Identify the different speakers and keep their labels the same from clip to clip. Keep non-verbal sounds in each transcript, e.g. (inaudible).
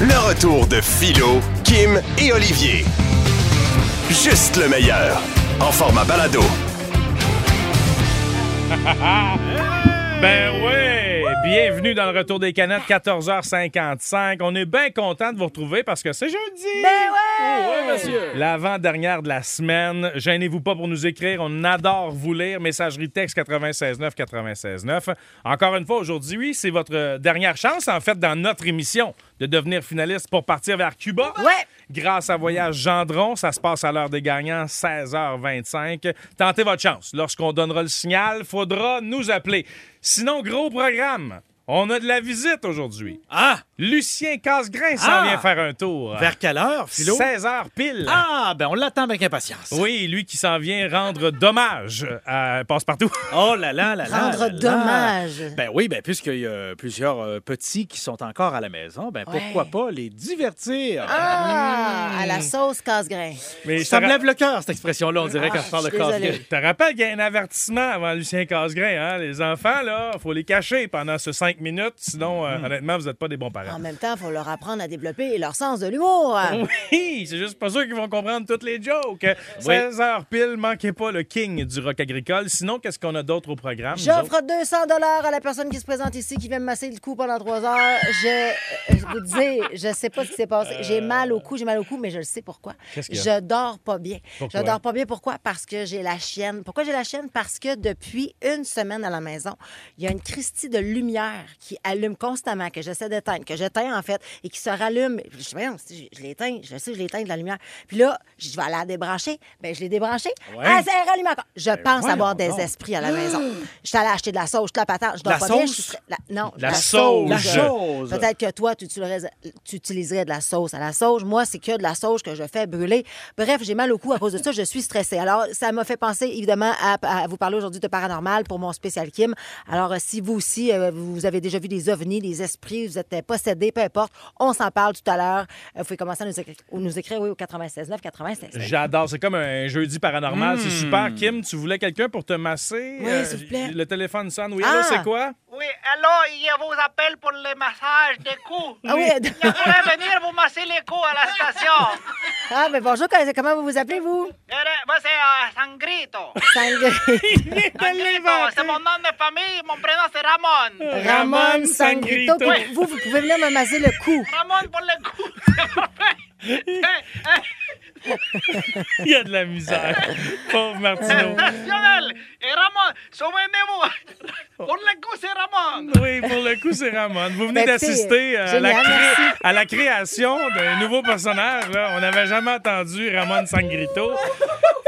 Speaker 1: Le retour de Philo, Kim et Olivier. Juste le meilleur. En format balado.
Speaker 2: (laughs) Ben oui! Bienvenue dans le Retour des Canettes, 14h55. On est bien content de vous retrouver parce que c'est jeudi! Ben
Speaker 3: Oh,
Speaker 2: oui! monsieur! L'avant-dernière de la semaine. Gênez-vous pas pour nous écrire. On adore vous lire. Messagerie texte 969 969. Encore une fois, aujourd'hui, oui, c'est votre dernière chance, en fait, dans notre émission, de devenir finaliste pour partir vers Cuba.
Speaker 4: Ouais.
Speaker 2: Grâce à Voyage Gendron, ça se passe à l'heure des gagnants, 16h25. Tentez votre chance. Lorsqu'on donnera le signal, faudra nous appeler. Sinon, gros programme. On a de la visite aujourd'hui.
Speaker 3: Ah!
Speaker 2: Lucien Casgrain s'en
Speaker 3: Ah!
Speaker 2: vient faire un tour.
Speaker 3: Vers quelle heure, Philo?
Speaker 2: 16h pile.
Speaker 3: Ah, ben on l'attend avec impatience.
Speaker 2: Oui, lui qui s'en vient rendre dommage à
Speaker 3: (laughs)
Speaker 2: Passepartout.
Speaker 3: Oh là là là là.
Speaker 4: Rendre
Speaker 3: là là.
Speaker 4: dommage.
Speaker 3: Ben oui, ben puisqu'il y a plusieurs euh, petits qui sont encore à la maison, ben
Speaker 4: Ouais.
Speaker 3: pourquoi pas les divertir?
Speaker 4: Ah, à la sauce casse-grain.
Speaker 2: Mais je te
Speaker 3: Ça me
Speaker 2: ra-
Speaker 3: lève le cœur, cette expression-là, on dirait,
Speaker 4: Ah,
Speaker 3: quand je parle de
Speaker 4: je suis désolée.
Speaker 3: casse
Speaker 2: Je te rappelle qu'il y a un avertissement avant Lucien Casgrain. Hein? Les enfants, là, faut les cacher pendant ces cinq minutes. Sinon,
Speaker 3: Mm.
Speaker 2: euh, honnêtement, vous n'êtes pas des bons
Speaker 4: En
Speaker 2: parents.
Speaker 4: même temps, il faut leur apprendre à développer leur sens de l'humour.
Speaker 3: Ah,
Speaker 2: Oui, c'est juste pas sûr qu'ils vont comprendre toutes les jokes. 16 h pile, manquez pas le king du rock agricole. Sinon, qu'est-ce qu'on a d'autre au programme? nous autres?
Speaker 4: J'offre 200 dollars à la personne qui se présente ici, qui vient me masser le cou pendant trois heures. Je, euh, je vous dis, je sais pas ce qui s'est passé. J'ai mal au cou, j'ai mal au cou, mais je le sais pourquoi.
Speaker 2: Euh. Qu'est-ce qu'il y a?
Speaker 4: Je dors pas bien.
Speaker 2: Pourquoi?
Speaker 4: Je dors pas bien. Pourquoi? Parce que j'ai la chienne. Pourquoi j'ai la chienne? Parce que depuis une semaine à la maison, il y a une Christie de lumière qui allume constamment, que j'essaie d'éteindre, que j'éteins en fait, et qui se rallume. Je dis, voyons, si je je l'éteins, je sais, que je l'éteins de la lumière. Puis là, je vais aller la débrancher. Bien, je l'ai débranchée.
Speaker 3: Ouais.
Speaker 4: Ah, ça rallume encore. Je
Speaker 2: Ben
Speaker 4: pense
Speaker 3: voyons
Speaker 4: avoir des
Speaker 3: donc.
Speaker 4: esprits
Speaker 2: (gasps)
Speaker 4: à la maison. Je suis allée acheter de la sauce, de la patate, je dors
Speaker 3: La
Speaker 4: pas bien,
Speaker 3: sauce?
Speaker 4: je suis très- la- Non,
Speaker 2: La sauce.
Speaker 3: La chose.
Speaker 4: Peut-être que toi, tu utiliserais, tu utiliserais de la sauce à la sauge. Moi, c'est que de la sauge que je fais brûler. Bref, j'ai mal au cou à cause de ça. Je suis stressée. Alors, ça m'a fait penser, évidemment, à, à vous parler aujourd'hui de paranormal pour mon spécial Kim. Alors, euh, si vous aussi, euh, vous avez déjà vu des ovnis, des esprits, vous êtes euh, possédés, peu importe, on s'en parle tout à l'heure. Euh, Vous pouvez commencer à nous écrire, ou nous écrire oui, au 96 9 96
Speaker 2: J'adore, c'est comme un jeudi paranormal,
Speaker 3: Mm.
Speaker 2: c'est super. Kim, tu voulais quelqu'un pour te masser? Euh,
Speaker 4: Oui, s'il vous plaît.
Speaker 2: Le téléphone sonne. Oui,
Speaker 4: Ah!
Speaker 2: allô, c'est quoi?
Speaker 5: Oui, alors, je vous appelle pour les massages de coups.
Speaker 4: Ah oui,
Speaker 5: Je pourrais venir vous masser les coups à la
Speaker 4: (laughs)
Speaker 5: station.
Speaker 4: ah, mais bonjour, comment- comment vous vous appelez, vous?
Speaker 5: Eh, eh, Moi, c'est euh, Sangrito.
Speaker 4: Sangré.
Speaker 3: (laughs)
Speaker 5: Sangrito, c'est mon nom de famille. Mon prénom, c'est Ramon.
Speaker 4: Ramon Sangrito.
Speaker 2: Sangrito.
Speaker 4: Puis Vous, vous pouvez venir me masser le cou.
Speaker 5: Ramon pour les coups. (laughs) c'est parfait. Eh, eh,
Speaker 2: (laughs) Il y a de la misère. Pauvre Martineau.
Speaker 5: Sensationnel. Et Ramon, souvenez-vous. Pour les coups, c'est Ramon.
Speaker 2: Oh. Oui, pour le coup, c'est Ramon. Vous venez
Speaker 4: Ben,
Speaker 2: d'assister
Speaker 4: c'est, euh,
Speaker 2: euh, à, la
Speaker 4: génial,
Speaker 2: cré-
Speaker 4: merci.
Speaker 2: à la création d'un nouveau personnage. là. On n'avait jamais entendu Ramon Sangrito.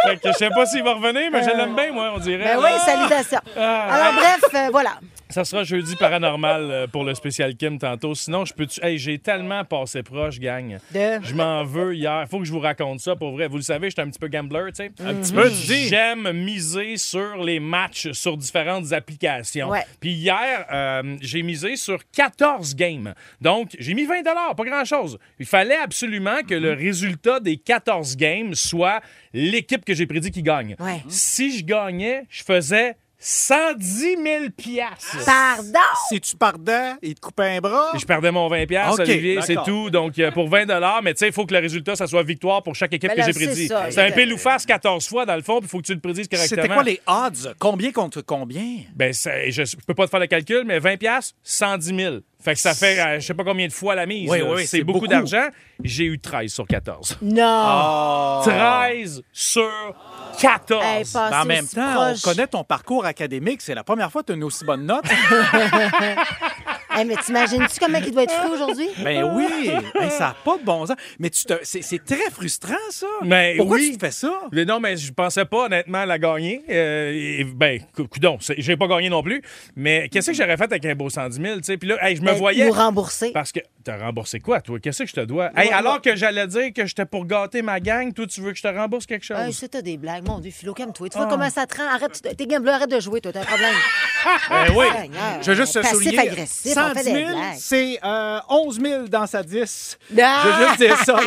Speaker 2: Fait que je sais pas s'il va revenir, mais je l'aime bien, moi, on dirait.
Speaker 4: Ben oui, salutations.
Speaker 3: Ah.
Speaker 4: Alors, bref, euh, voilà.
Speaker 2: Ça sera jeudi paranormal euh, pour le spécial Kim tantôt. Sinon, je peux. tu- Hey, j'ai tellement passé proche, gang.
Speaker 4: De-
Speaker 2: Je m'en veux hier. Faut que je vous raconte ça pour vrai. Vous le savez, j'étais un petit peu gambler, tu sais.
Speaker 3: Un petit peu, tu dis.
Speaker 2: J'aime miser sur les matchs sur différentes applications.
Speaker 4: Ouais.
Speaker 2: Puis hier, euh, j'ai misé sur 14 games. Donc, j'ai mis 20 pas grand-chose. Il fallait absolument que le résultat des 14 games soit l'équipe que j'ai prédit qui gagne.
Speaker 4: Ouais.
Speaker 2: Si je gagnais, je faisais 110 000 piastres.
Speaker 4: Pardon!
Speaker 3: Si tu pardais, il te coupe un bras.
Speaker 2: Je perdais mon 20 pièces
Speaker 3: Ok,
Speaker 2: Olivier, c'est
Speaker 3: d'accord.
Speaker 2: tout. Donc euh, pour 20 dollars, mais tu sais, il faut que le résultat ça soit victoire pour chaque équipe
Speaker 4: Ben
Speaker 2: que
Speaker 4: là,
Speaker 2: j'ai
Speaker 4: c'est
Speaker 2: prédit.
Speaker 4: ça.
Speaker 2: C'est un pile ou face 14 fois dans le fond, puis il faut que tu le prédises correctement.
Speaker 3: C'était quoi les odds? Combien contre combien?
Speaker 2: Ben c'est- je, je peux pas te faire le calcul, mais 20 pièces, 110 000. Fait que ça fait euh, je sais pas combien de fois la mise.
Speaker 3: Oui,
Speaker 2: là.
Speaker 3: oui, oui,
Speaker 2: c'est
Speaker 3: c'est
Speaker 2: beaucoup,
Speaker 3: beaucoup.
Speaker 2: d'argent. J'ai eu 13 sur 14.
Speaker 4: (laughs) Non!
Speaker 2: Ah.
Speaker 3: Oh!
Speaker 2: 13 sur 14.
Speaker 4: Hey, passé
Speaker 3: en même
Speaker 4: aussi
Speaker 3: temps,
Speaker 4: proche.
Speaker 3: on connaît ton parcours académique. C'est la première fois que tu as une aussi
Speaker 4: (laughs)
Speaker 3: bonne note.
Speaker 4: Hey, Eh, mais t'imagines-tu comment il doit être fou aujourd'hui?
Speaker 3: (laughs) ben oui! Hey, ça n'a pas de bon sens. Mais tu te... c'est, c'est très frustrant, ça.
Speaker 2: Mais
Speaker 3: Pourquoi
Speaker 2: oui.
Speaker 3: tu te fais ça?
Speaker 2: Mais non, mais je pensais pas honnêtement la gagner. Euh, et- ben, cou- coudon, c'est- j'ai pas gagné non plus. Mais qu'est-ce que j'aurais fait avec un beau 110 000, tu sais? Puis là, hey, je me
Speaker 4: Ben,
Speaker 2: voyais.
Speaker 4: Ou remboursé.
Speaker 2: Parce que t'as remboursé quoi, toi? Qu'est-ce que je te dois? Hey,
Speaker 4: Ouais,
Speaker 2: alors
Speaker 4: ouais.
Speaker 2: que j'allais dire que j'étais pour gâter ma gang, toi, tu veux que je te rembourse quelque chose?
Speaker 4: Hey, Ah, c'est t'as des blagues. Mon Dieu, Philo, calme-toi.
Speaker 3: Ah.
Speaker 4: Tu vois comment ça te rend? Arrête, tu- t'es gambler, arrête de jouer, toi, t'as un problème. Ah,
Speaker 3: Ben oui.
Speaker 4: Seigneur,
Speaker 3: Je veux juste te
Speaker 4: passif,
Speaker 3: souligner.
Speaker 4: agressif, on fait des
Speaker 3: 000,
Speaker 4: blagues.
Speaker 3: c'est euh, 11 000 dans sa 10.
Speaker 4: Ah!
Speaker 3: Je veux juste dire ça. là.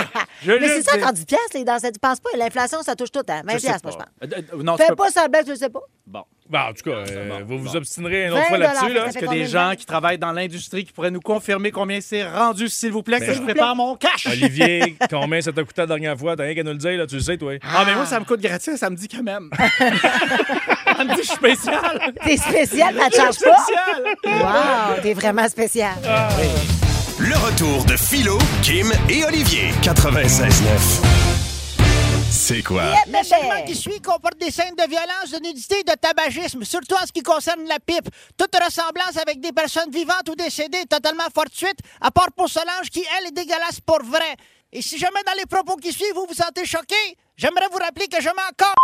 Speaker 3: Je veux
Speaker 4: Mais c'est
Speaker 3: juste
Speaker 4: ça,
Speaker 3: dire-
Speaker 4: quand 10 piastres, les danseurs, tu penses pas. L'inflation, ça touche tout, hein? 20
Speaker 3: Je sais
Speaker 4: piastres, moi,
Speaker 3: pas.
Speaker 4: je pense.
Speaker 3: Euh, euh, non, tu
Speaker 4: Fais
Speaker 3: peux
Speaker 4: pas ça, blague, tu le sais pas.
Speaker 3: Bon.
Speaker 2: Ben, en tout cas, euh, vous vous obstinerez une autre
Speaker 4: 20
Speaker 2: fois là-dessus. Là.
Speaker 4: ça fait
Speaker 3: Est-ce que
Speaker 4: combien
Speaker 3: des
Speaker 4: de
Speaker 3: gens
Speaker 4: temps?
Speaker 3: qui travaillent dans l'industrie qui pourraient nous confirmer combien c'est rendu, s'il vous plaît, que je
Speaker 2: vous
Speaker 3: prépare mon cash?
Speaker 6: (laughs)
Speaker 2: Olivier, combien ça t'a coûté la dernière fois? T'as rien qu'à nous le dire, là, tu le sais, toi.
Speaker 3: Ah, mais moi, ça me coûte gratuit, ça me dit
Speaker 4: (laughs)
Speaker 3: quand même. ça me dit que je suis spécial.
Speaker 4: T'es spécial,
Speaker 3: (laughs)
Speaker 4: ça te charge
Speaker 3: Spécial.
Speaker 4: pas? Wow, t'es vraiment spécial.
Speaker 1: Le retour de Philo, Kim et Olivier. 96.9. C'est quoi?
Speaker 4: Mais
Speaker 6: segment qui suit comporte des scènes de violence, de nudité et de tabagisme, surtout en ce qui concerne la pipe. Toute ressemblance avec des personnes vivantes ou décédées est totalement fortuite, à part pour Solange qui, elle, est dégueulasse pour vrai. Et si jamais dans les propos qui suivent, vous vous sentez choqué, j'aimerais vous rappeler que je m'en encore.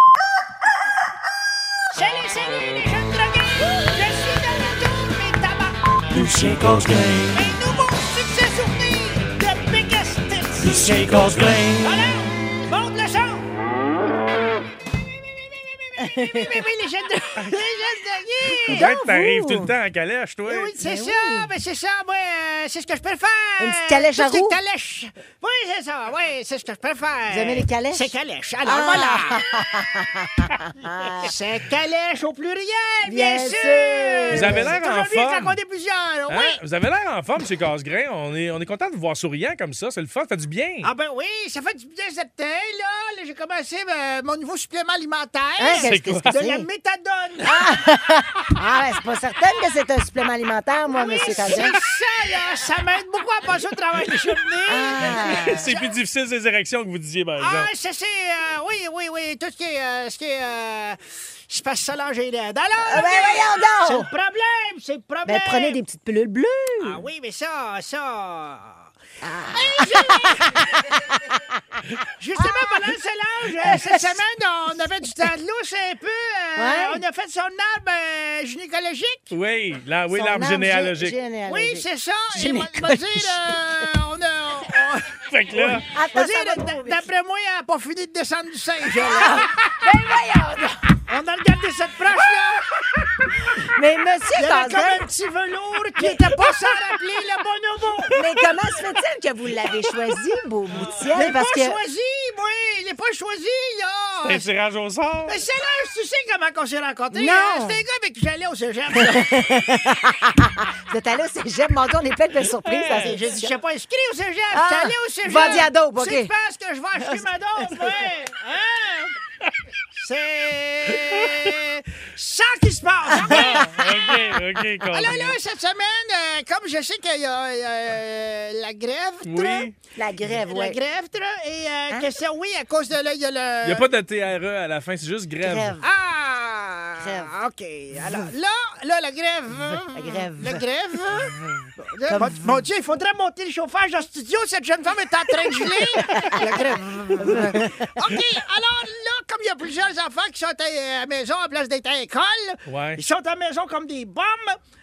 Speaker 6: Salut, salut les jeunes drogués! Je suis de retour, mes tabacs! Un nouveau succès sourire de Pegasus! Alors, monte le son! Oui, oui, oui, oui, oui, les jeunes de... les jeunes de... Yeah!
Speaker 2: Hey, T'arrives tout le temps en calèche, toi.
Speaker 6: Eh Oui, c'est
Speaker 4: Mais
Speaker 6: ça,
Speaker 4: oui.
Speaker 6: ben c'est ça, moi, euh, c'est ce que je préfère.
Speaker 4: Une petite calèche à
Speaker 6: Toutes ces
Speaker 4: roues?
Speaker 6: calèches. Oui, c'est ça, oui, c'est ce que je préfère.
Speaker 4: Vous aimez les calèches?
Speaker 6: C'est calèche, alors
Speaker 4: Ah! (laughs)
Speaker 6: voilà. c'est calèche au pluriel, bien,
Speaker 4: Bien
Speaker 6: sûr.
Speaker 4: sûr.
Speaker 2: Vous avez l'air
Speaker 6: C'est
Speaker 2: en
Speaker 6: toujours mieux
Speaker 2: forme.
Speaker 6: quand on est plusieurs,
Speaker 2: Hein?
Speaker 6: Ah oui.
Speaker 2: Vous avez l'air en forme, c'est Casgrain. On est, on est content de vous voir souriant comme ça. C'est le fun, ça fait du bien.
Speaker 6: Ah ben oui, ça fait du bien certain, là. Là, j'ai commencé euh, mon nouveau supplément alimentaire.
Speaker 4: Hein, qu'est-ce qu'est-ce que
Speaker 6: de la
Speaker 4: c'est?
Speaker 6: méthadone.
Speaker 4: (laughs) Ah, ben, c'est pas certaine que c'est un supplément alimentaire, moi,
Speaker 6: oui,
Speaker 4: monsieur
Speaker 6: c'est ça,
Speaker 4: Cadien.
Speaker 6: là. Ça m'aide beaucoup à passer au travail de journée.
Speaker 4: Ah.
Speaker 2: (laughs) C'est plus difficile ces érections que vous disiez, par
Speaker 6: Ah,
Speaker 2: exemple.
Speaker 6: ça, c'est... euh, oui, oui, oui, tout ce qui est... euh, ce qui est euh, je passe ça là, j'ai l'aide. Alors,
Speaker 4: Ah, ben,
Speaker 6: euh,
Speaker 4: voyons donc!
Speaker 6: C'est le problème, c'est le problème.
Speaker 4: Ben, prenez des petites pilules bleues.
Speaker 6: Ah oui, mais ça, ça...
Speaker 4: Ah. (laughs)
Speaker 6: Justement, pendant le solange, euh, cette semaine, on avait du temps de lousse un peu. euh,
Speaker 4: Ouais.
Speaker 6: On a fait son arbre euh, gynécologique.
Speaker 2: Oui, là, oui,
Speaker 4: Son
Speaker 2: l'arbre
Speaker 4: arbre
Speaker 2: généalogique.
Speaker 4: gé- généalogique.
Speaker 6: Oui, c'est ça. Et moi,
Speaker 4: Gynécologique.
Speaker 6: moi, dire, euh, on a.
Speaker 2: (laughs)
Speaker 6: on-
Speaker 2: Fait que là,
Speaker 4: Attends, ça
Speaker 6: moi, dire,
Speaker 4: va Ah!
Speaker 6: d'a-
Speaker 4: trop vite.
Speaker 6: D'après moi, elle n'a pas fini de descendre du singe. là.
Speaker 4: Ben,
Speaker 6: On a regardé cette proche-là.
Speaker 4: Mais monsieur
Speaker 6: Il y avait
Speaker 4: Cadien,
Speaker 6: comme un petit velours qui n'était pas sans rappeler le bonobo.
Speaker 4: mais comment se fait-il que vous l'avez choisi, beau bout de ciel?
Speaker 6: Il n'est pas
Speaker 4: Parce que...
Speaker 6: choisi, moi. Il n'est pas choisi,
Speaker 2: c'est un
Speaker 6: là.
Speaker 2: tirage au sort.
Speaker 6: Mais c'est là, tu sais comment on s'est rencontrés.
Speaker 4: Non.
Speaker 6: hein? C'était un gars avec qui j'allais au cégep. là.
Speaker 4: Ah, Vous êtes allé au cégep, mon Dieu, on est plein de belles surprises. dans cette
Speaker 6: J'ai dit, je
Speaker 4: discussion.
Speaker 6: suis pas inscrit au cégep.
Speaker 4: Ah,
Speaker 6: je suis allé au cégep.
Speaker 4: vendu à dope,
Speaker 6: Tu sais,
Speaker 4: ok.
Speaker 6: tu penses que je vais acheter ma
Speaker 4: (laughs)
Speaker 6: dope, ouais. Hein? C'est ça qui se passe.
Speaker 2: Ah,
Speaker 4: (laughs)
Speaker 2: OK, OK,
Speaker 6: Alors
Speaker 2: Casgrain.
Speaker 6: là, cette semaine, euh, comme je sais qu'il y a euh, la grève, tra-
Speaker 2: Oui.
Speaker 4: La grève, Hein?
Speaker 6: la
Speaker 4: oui.
Speaker 6: grève, tra- et euh, que c'est oui, à cause de là, il y a le...
Speaker 2: Il n'y a pas de TRE à la fin, c'est juste grève.
Speaker 4: Grève.
Speaker 6: Ah!
Speaker 4: Grève.
Speaker 6: OK. Alors, là, là, la grève.
Speaker 4: La grève.
Speaker 6: La grève. Là, mon- Mon Dieu, il faudrait monter le chauffage dans le studio. Cette jeune femme est en train de geler. la grève. OK. Alors, là, comme il y a plusieurs enfants qui sont à la maison en place d'être à l'école,
Speaker 2: Ouais.
Speaker 6: ils sont à la maison comme des bombes.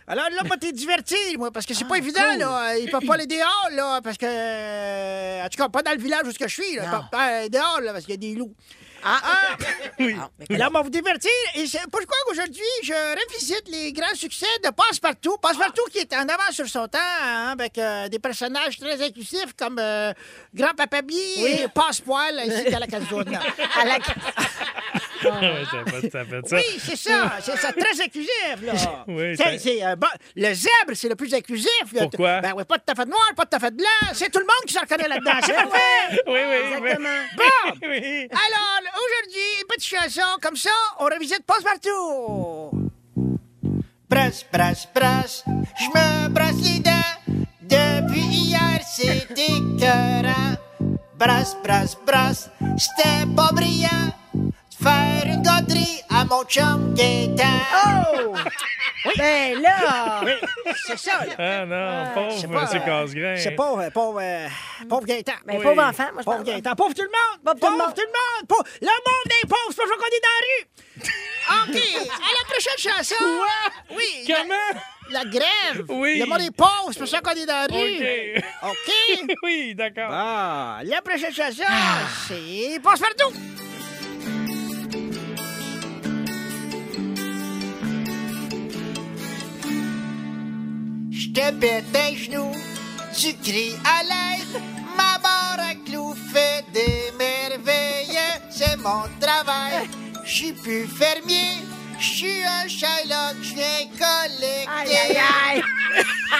Speaker 6: Alors là, moi, t'es diverti, moi, parce que c'est
Speaker 4: Ah,
Speaker 6: pas évident, là. Ils peuvent pas les dehors, là, parce que... euh, En tout cas, pas dans le village où ce que je suis, là.
Speaker 4: Non.
Speaker 6: Pas, pas dehors, là, parce qu'il y a des loups.
Speaker 4: (laughs)
Speaker 6: ah.
Speaker 4: Ah, mais
Speaker 6: Là, on va vous divertir. Et c'est pourquoi aujourd'hui, je revisite les grands succès de Passepartout. Passepartout qui est en avance sur son temps, hein, avec euh, des personnages très inclusifs comme euh, Grand Papabi et Passepoil, ainsi qu'à la Calzone.
Speaker 4: à la-
Speaker 2: (laughs) Ouais, ça fait- ça fait ça.
Speaker 6: Ah. Oui, c'est ça, c'est ça, très inclusif, là.
Speaker 2: (laughs) Oui,
Speaker 6: C'est-
Speaker 2: c'est-
Speaker 6: c'est, euh, bon, le zèbre, c'est le plus inclusif. là.
Speaker 2: Pourquoi?
Speaker 6: Ben oui, pas de tafette noire, pas de tafette blanc. C'est tout le monde qui se reconnaît là-dedans.
Speaker 2: (laughs)
Speaker 6: C'est parfait!
Speaker 2: Oui, oui, (laughs)
Speaker 4: Exactement.
Speaker 6: Bon!
Speaker 2: oui. oui.
Speaker 6: Alors, aujourd'hui, une petite chanson comme ça, on revisite Passe-Partout. Brasse, brasse, brasse, je me brasse les dents. Depuis hier,
Speaker 2: (laughs)
Speaker 6: c'est écœurant. Brasse, brasse, brasse, c'était pas brillant. De Faire une gâterie à mon chum Gaétan.
Speaker 4: Oh!
Speaker 6: (laughs)
Speaker 4: Ben
Speaker 2: (laughs)
Speaker 4: là!
Speaker 6: C'est ça, là.
Speaker 2: Ah non, pauvre,
Speaker 6: pas,
Speaker 2: monsieur
Speaker 6: euh,
Speaker 2: Casgrain.
Speaker 6: C'est pauvre, euh, pauvre, euh, pauvre Gaétan.
Speaker 4: Ben, pauvre enfant, moi, je
Speaker 6: Pauvre
Speaker 4: pense.
Speaker 6: Gaëtan, pauvre tout le monde! Pauvre, tout le monde! pauvre- Le monde des pauvres, c'est pas ça qu'on est dans la rue! OK, à la prochaine chanson! Oui! la-
Speaker 2: Comment?
Speaker 6: La, grève!
Speaker 2: Oui.
Speaker 6: Le monde des pauvres, c'est pas ça qu'on est dans la rue!
Speaker 2: OK.
Speaker 6: OK!
Speaker 2: (laughs) Oui, d'accord.
Speaker 6: Ah, la prochaine chanson, c'est Passe-Partout! Je te pète un genou, tu cries à l'aide, ma barre à clous fait des merveilles, c'est mon travail. Je suis plus fermier, je Je suis un Shylock, je viens
Speaker 4: Aïe,
Speaker 6: collecter.
Speaker 4: aïe, aïe.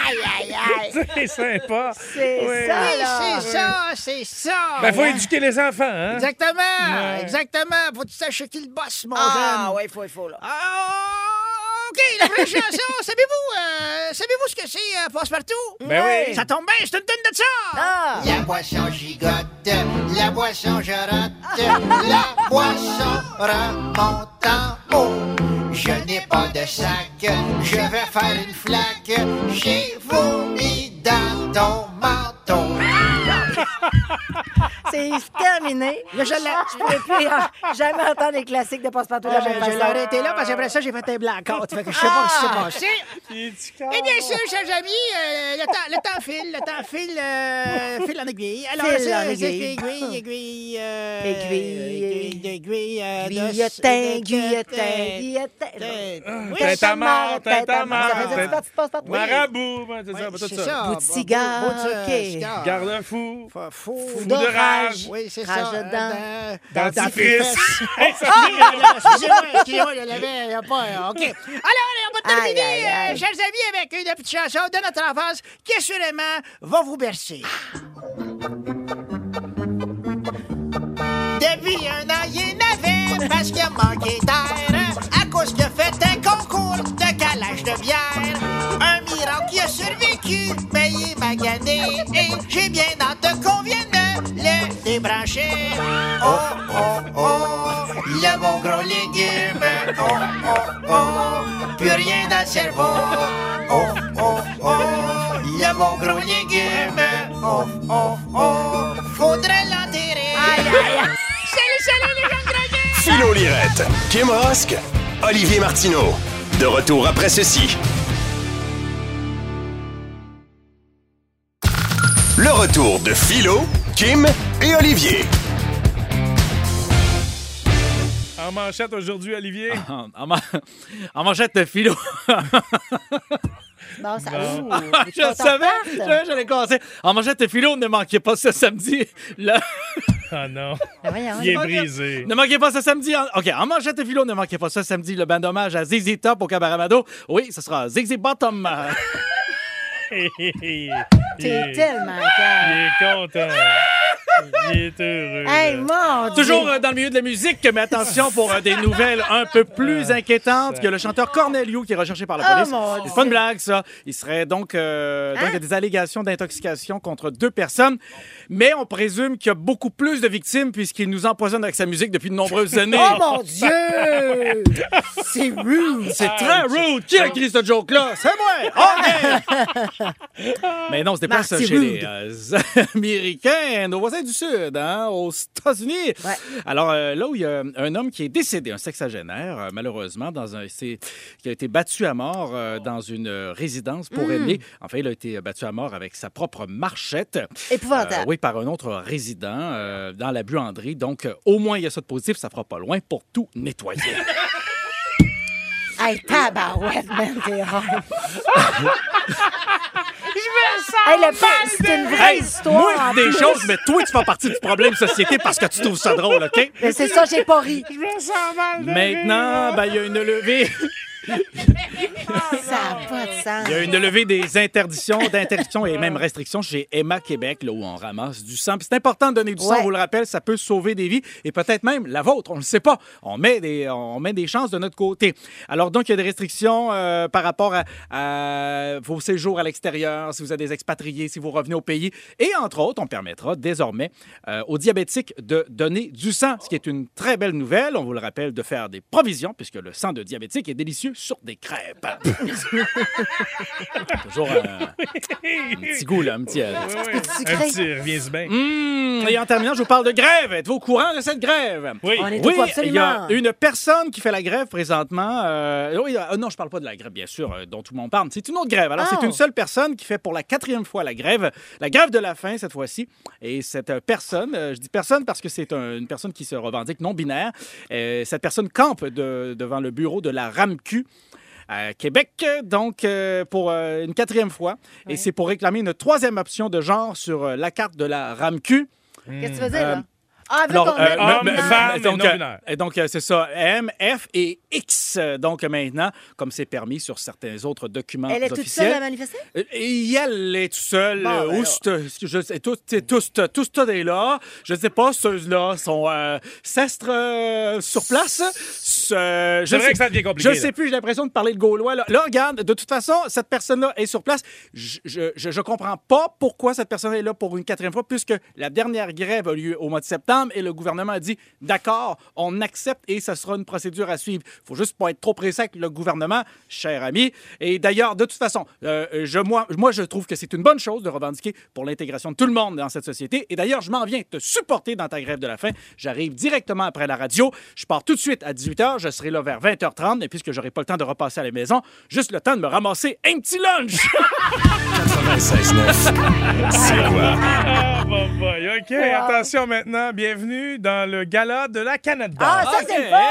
Speaker 4: aïe, aïe, aïe.
Speaker 2: C'est sympa.
Speaker 4: C'est
Speaker 2: Oui.
Speaker 4: ça,
Speaker 6: Oui,
Speaker 4: là.
Speaker 6: c'est ça, c'est ça.
Speaker 2: Ben, faut
Speaker 6: Hein?
Speaker 2: éduquer les enfants, hein?
Speaker 6: Exactement,
Speaker 2: Ouais.
Speaker 6: exactement. Faut que tu saches qui le boss, mon
Speaker 4: Ah,
Speaker 6: jeune.
Speaker 4: ouais, il faut, il faut, là.
Speaker 6: Ah, OK, la vraie chanson, (laughs) savez-vous, euh, savez-vous ce que c'est, euh, Passe-Partout?
Speaker 2: Ben oui.
Speaker 6: Ça tombe bien, c'est une tonne de ça!
Speaker 4: Ah.
Speaker 6: La boisson gigote, la boisson jarotte,
Speaker 4: (laughs)
Speaker 6: la boisson remonte en haut. Je n'ai pas de sac, je vais faire une flaque, j'ai vomi dans ton menton.
Speaker 4: C'est terminé. Là, je l'ai. Je pourrais plus euh, jamais entendre les classiques de Passepartout de la même façon.
Speaker 6: Euh,
Speaker 4: Ah!
Speaker 6: l'aurais été là parce qu'après ça, j'ai fait un blackout. Fait que je sais pas ce qui s'est passé. Et Ah, Eh bien sûr, chers amis, euh, le, temps, le temps file, le temps
Speaker 4: (laughs)
Speaker 6: file, euh, file en aiguille. Alors,
Speaker 4: File
Speaker 6: c'est-
Speaker 4: en
Speaker 6: c'est
Speaker 4: aiguille.
Speaker 6: aiguille, aiguille, euh,
Speaker 4: Aiguille.
Speaker 6: aiguille, aiguille, euh, de-
Speaker 4: Guillotin,
Speaker 6: de- de-
Speaker 4: guillotin,
Speaker 6: de-
Speaker 4: guillotin.
Speaker 6: de- Oui,
Speaker 2: Tête à mort, tête à mort.
Speaker 4: Ça faisait partie de Passepartout.
Speaker 2: Marabout, ben, c'est
Speaker 6: oui,
Speaker 2: ça, ben, tout
Speaker 6: c'est
Speaker 2: ça.
Speaker 6: ça.
Speaker 4: Bout de cigare,
Speaker 6: Bout de, euh,
Speaker 4: ok.
Speaker 6: cigare.
Speaker 2: Garde-fou.
Speaker 6: Fou- fou-
Speaker 2: Fou
Speaker 4: de
Speaker 2: de rage.
Speaker 4: rage.
Speaker 6: Oui, c'est
Speaker 4: Rage
Speaker 6: ça.
Speaker 4: de dents.
Speaker 6: dans- dans-
Speaker 2: Dentifrice. (laughs) Hey, ça-
Speaker 6: Excusez-moi, excusez-moi, je l'avais, euh, pas. euh, OK. Alors, on va terminer,
Speaker 4: Aïe, aïe,
Speaker 6: euh,
Speaker 4: aïe.
Speaker 6: chers amis, avec une petite chanson de notre enfance qui, assurément, va vous bercer. Depuis un an, il n'avait parce qu'il a manqué d'air à cause qu'il a fait un concours de calage de bière. Un miracle qui a survécu, mais il est magané. Et j'ai bien hâte qu'on vienne le débrancher. Oh, oh, oh, le bon gros légume. Oh, oh, oh, plus rien dans le cerveau. Oh, oh, oh, le bon gros légume. Oh, oh, oh, faudrait l'enterrer. Salut, salut les jeunes
Speaker 1: Philo
Speaker 6: drogués!
Speaker 1: Lirette, Kim Rosk, Olivier Martineau. De retour après ceci. Le retour de Philo, Kim et Olivier.
Speaker 2: En manchette aujourd'hui, Olivier.
Speaker 3: (laughs) En, en man- en manchette
Speaker 2: (laughs)
Speaker 3: de philo.
Speaker 4: Non, ça.
Speaker 2: Non.
Speaker 4: Ouh, les
Speaker 3: Ah, (laughs) je le
Speaker 4: potes en
Speaker 3: savais,
Speaker 4: tarte.
Speaker 3: je savais que j'allais casser. En manchette de philo, ne manquez pas ce samedi. le-
Speaker 2: Ah non.
Speaker 4: Ben voyons.
Speaker 2: Il est brisé.
Speaker 3: Ne manquez pas ce samedi. en- OK, en manchette de philo, ne manquez pas ce samedi. Le band d'hommage à Zizi Top au Cabaret Mado. Oui, ce sera Zizi Bottom. euh,
Speaker 2: Hé, hé, hé. Il
Speaker 4: T'es
Speaker 2: est
Speaker 4: tellement
Speaker 2: il
Speaker 4: calme.
Speaker 2: est content. Il est heureux.
Speaker 4: Ah! Hey,
Speaker 2: là.
Speaker 4: mon Dieu.
Speaker 3: Euh, Toujours euh, dans le milieu de la musique, mais attention pour euh, des nouvelles un peu plus inquiétantes que le chanteur Cornelio qui est recherché par la
Speaker 4: Oh,
Speaker 3: police.
Speaker 4: mon Hein?
Speaker 3: C'est pas une blague, ça. Il serait donc, euh, donc il y a des allégations d'intoxication contre deux personnes, mais on présume qu'il y a beaucoup plus de victimes puisqu'il nous empoisonne avec sa musique depuis de nombreuses années.
Speaker 4: Oh mon Dieu! C'est rude. Ah,
Speaker 3: C'est très rude. Qui a écrit ce joke-là? C'est moi! OK! Mais non, on se déplace
Speaker 4: Marty
Speaker 3: chez les
Speaker 4: Rude.
Speaker 3: euh, (laughs) Américains, nos voisins du Sud, hein, aux États-Unis.
Speaker 4: Ouais.
Speaker 3: Alors, euh, là où il y a un homme qui est décédé, un sexagénaire, euh, malheureusement, dans un, c'est- qui a été battu à mort
Speaker 4: Oh.
Speaker 3: euh, dans une euh, résidence
Speaker 4: Hmm.
Speaker 3: pour aînés. Enfin, il a été battu à mort avec sa propre marchette.
Speaker 4: Épouvantable.
Speaker 3: Euh, oui, par un autre résident euh, dans la buanderie. Donc, euh, au moins, il y a ça de positif, ça fera pas loin pour tout nettoyer.
Speaker 4: Hey, tabarouette, man, t'es hard.
Speaker 3: (laughs)
Speaker 4: Je me sens hey, le pire, c'est une vraie
Speaker 3: Hey,
Speaker 4: (laughs) histoire.
Speaker 3: Moi,
Speaker 4: en
Speaker 3: des
Speaker 4: plus.
Speaker 3: choses, mais toi, tu fais partie du problème société parce que tu trouves ça drôle, OK?
Speaker 4: Mais Euh, c'est ça, j'ai pas ri.
Speaker 3: Maintenant, ben, il y a une levée, Ah,
Speaker 4: Ça n'a pas de sens.
Speaker 3: il y a une levée des interdictions, d'interdictions et même restrictions chez Emma Québec, là où on ramasse du sang. Puis c'est important de donner du sang,
Speaker 4: Ouais.
Speaker 3: on vous le rappelle, ça peut sauver des vies et peut-être même la vôtre, on ne le sait pas. On met des, on met des chances de notre côté. Alors donc, il y a des restrictions euh, par rapport à, à vos séjours à l'extérieur, si vous êtes des expatriés, si vous revenez au pays. Et entre autres, on permettra désormais euh, aux diabétiques de donner du sang, ce qui est une très belle nouvelle. On vous le rappelle de faire des provisions, puisque le sang de diabétique est délicieux sur des crêpes. Toujours euh, un, un petit goût, là, un petit... euh,
Speaker 2: Oui, oui.
Speaker 4: sucré.
Speaker 2: Un petit, reviens-y bien.
Speaker 3: Mmh, et en terminant, je vous parle de grève. Êtes-vous au courant de cette grève?
Speaker 2: Oui.
Speaker 4: On est au
Speaker 3: Oui,
Speaker 4: courant,
Speaker 3: il y a
Speaker 4: absolument.
Speaker 3: une personne qui fait la grève présentement. euh, oui, euh, non, je parle pas de la grève, bien sûr, euh, dont tout le monde parle. C'est une autre grève. Alors,
Speaker 4: Oh.
Speaker 3: c'est une seule personne qui fait pour la quatrième fois la grève, la grève de la faim cette fois-ci. Et cette euh, personne, euh, je dis personne parce que c'est un- une personne qui se revendique non binaire. Euh, cette personne campe de- devant le bureau de la RAMQ à Québec, donc euh, pour euh, une quatrième fois. Et c'est pour réclamer une troisième option de genre sur euh, la carte de la RAMQ.
Speaker 4: Qu'est-ce que tu veux dire,
Speaker 3: Euh,
Speaker 4: là? Ah, veut qu'on mette-
Speaker 2: homme,
Speaker 4: non, non.
Speaker 2: femme. et
Speaker 3: donc,
Speaker 2: non binaire.
Speaker 3: euh, donc, euh, c'est ça, M, F et X. euh, Donc euh, maintenant, comme c'est permis sur certains autres documents
Speaker 4: Elle est toute
Speaker 3: officiels.
Speaker 4: seule à manifester?
Speaker 3: Euh, Et elle est tout seul.
Speaker 4: Bon,
Speaker 3: euh,
Speaker 4: ben
Speaker 3: ou c'te- je sais, tous, t'sais, tous, t'as- tous, tous des là. Je sais pas, ceux-là sont euh, s'estre euh, sur place. Ce- je
Speaker 2: C'est vrai
Speaker 3: sais-
Speaker 2: que ça devient compliqué,
Speaker 3: Je
Speaker 2: là.
Speaker 3: sais plus, j'ai l'impression de parler de Gaulois. Là, Là, regarde, de toute façon, cette personne-là est sur place. Je, je, je- je comprends pas pourquoi cette personne est là pour une quatrième fois, puisque la dernière grève a lieu au mois de septembre et le gouvernement a dit d'accord, on accepte et ça sera une procédure à suivre. faut juste pas être trop pressé avec le gouvernement, cher ami. Et d'ailleurs, de toute façon, euh, je, moi, moi, je trouve que c'est une bonne chose de revendiquer pour l'intégration de tout le monde dans cette société. Et d'ailleurs, je m'en viens te supporter dans ta grève de la faim. J'arrive directement après la radio. Je pars tout de suite à 18h. Je serai là vers 20h30. Et puisque j'aurai pas le temps de repasser à la maison, juste le temps de me ramasser un petit lunch. (laughs)
Speaker 1: 96.9. C'est quoi?
Speaker 2: Ah, bon, boy. OK, attention maintenant. Bienvenue dans le gala de la Canette d'or.
Speaker 4: Ah, ça, c'est le fun!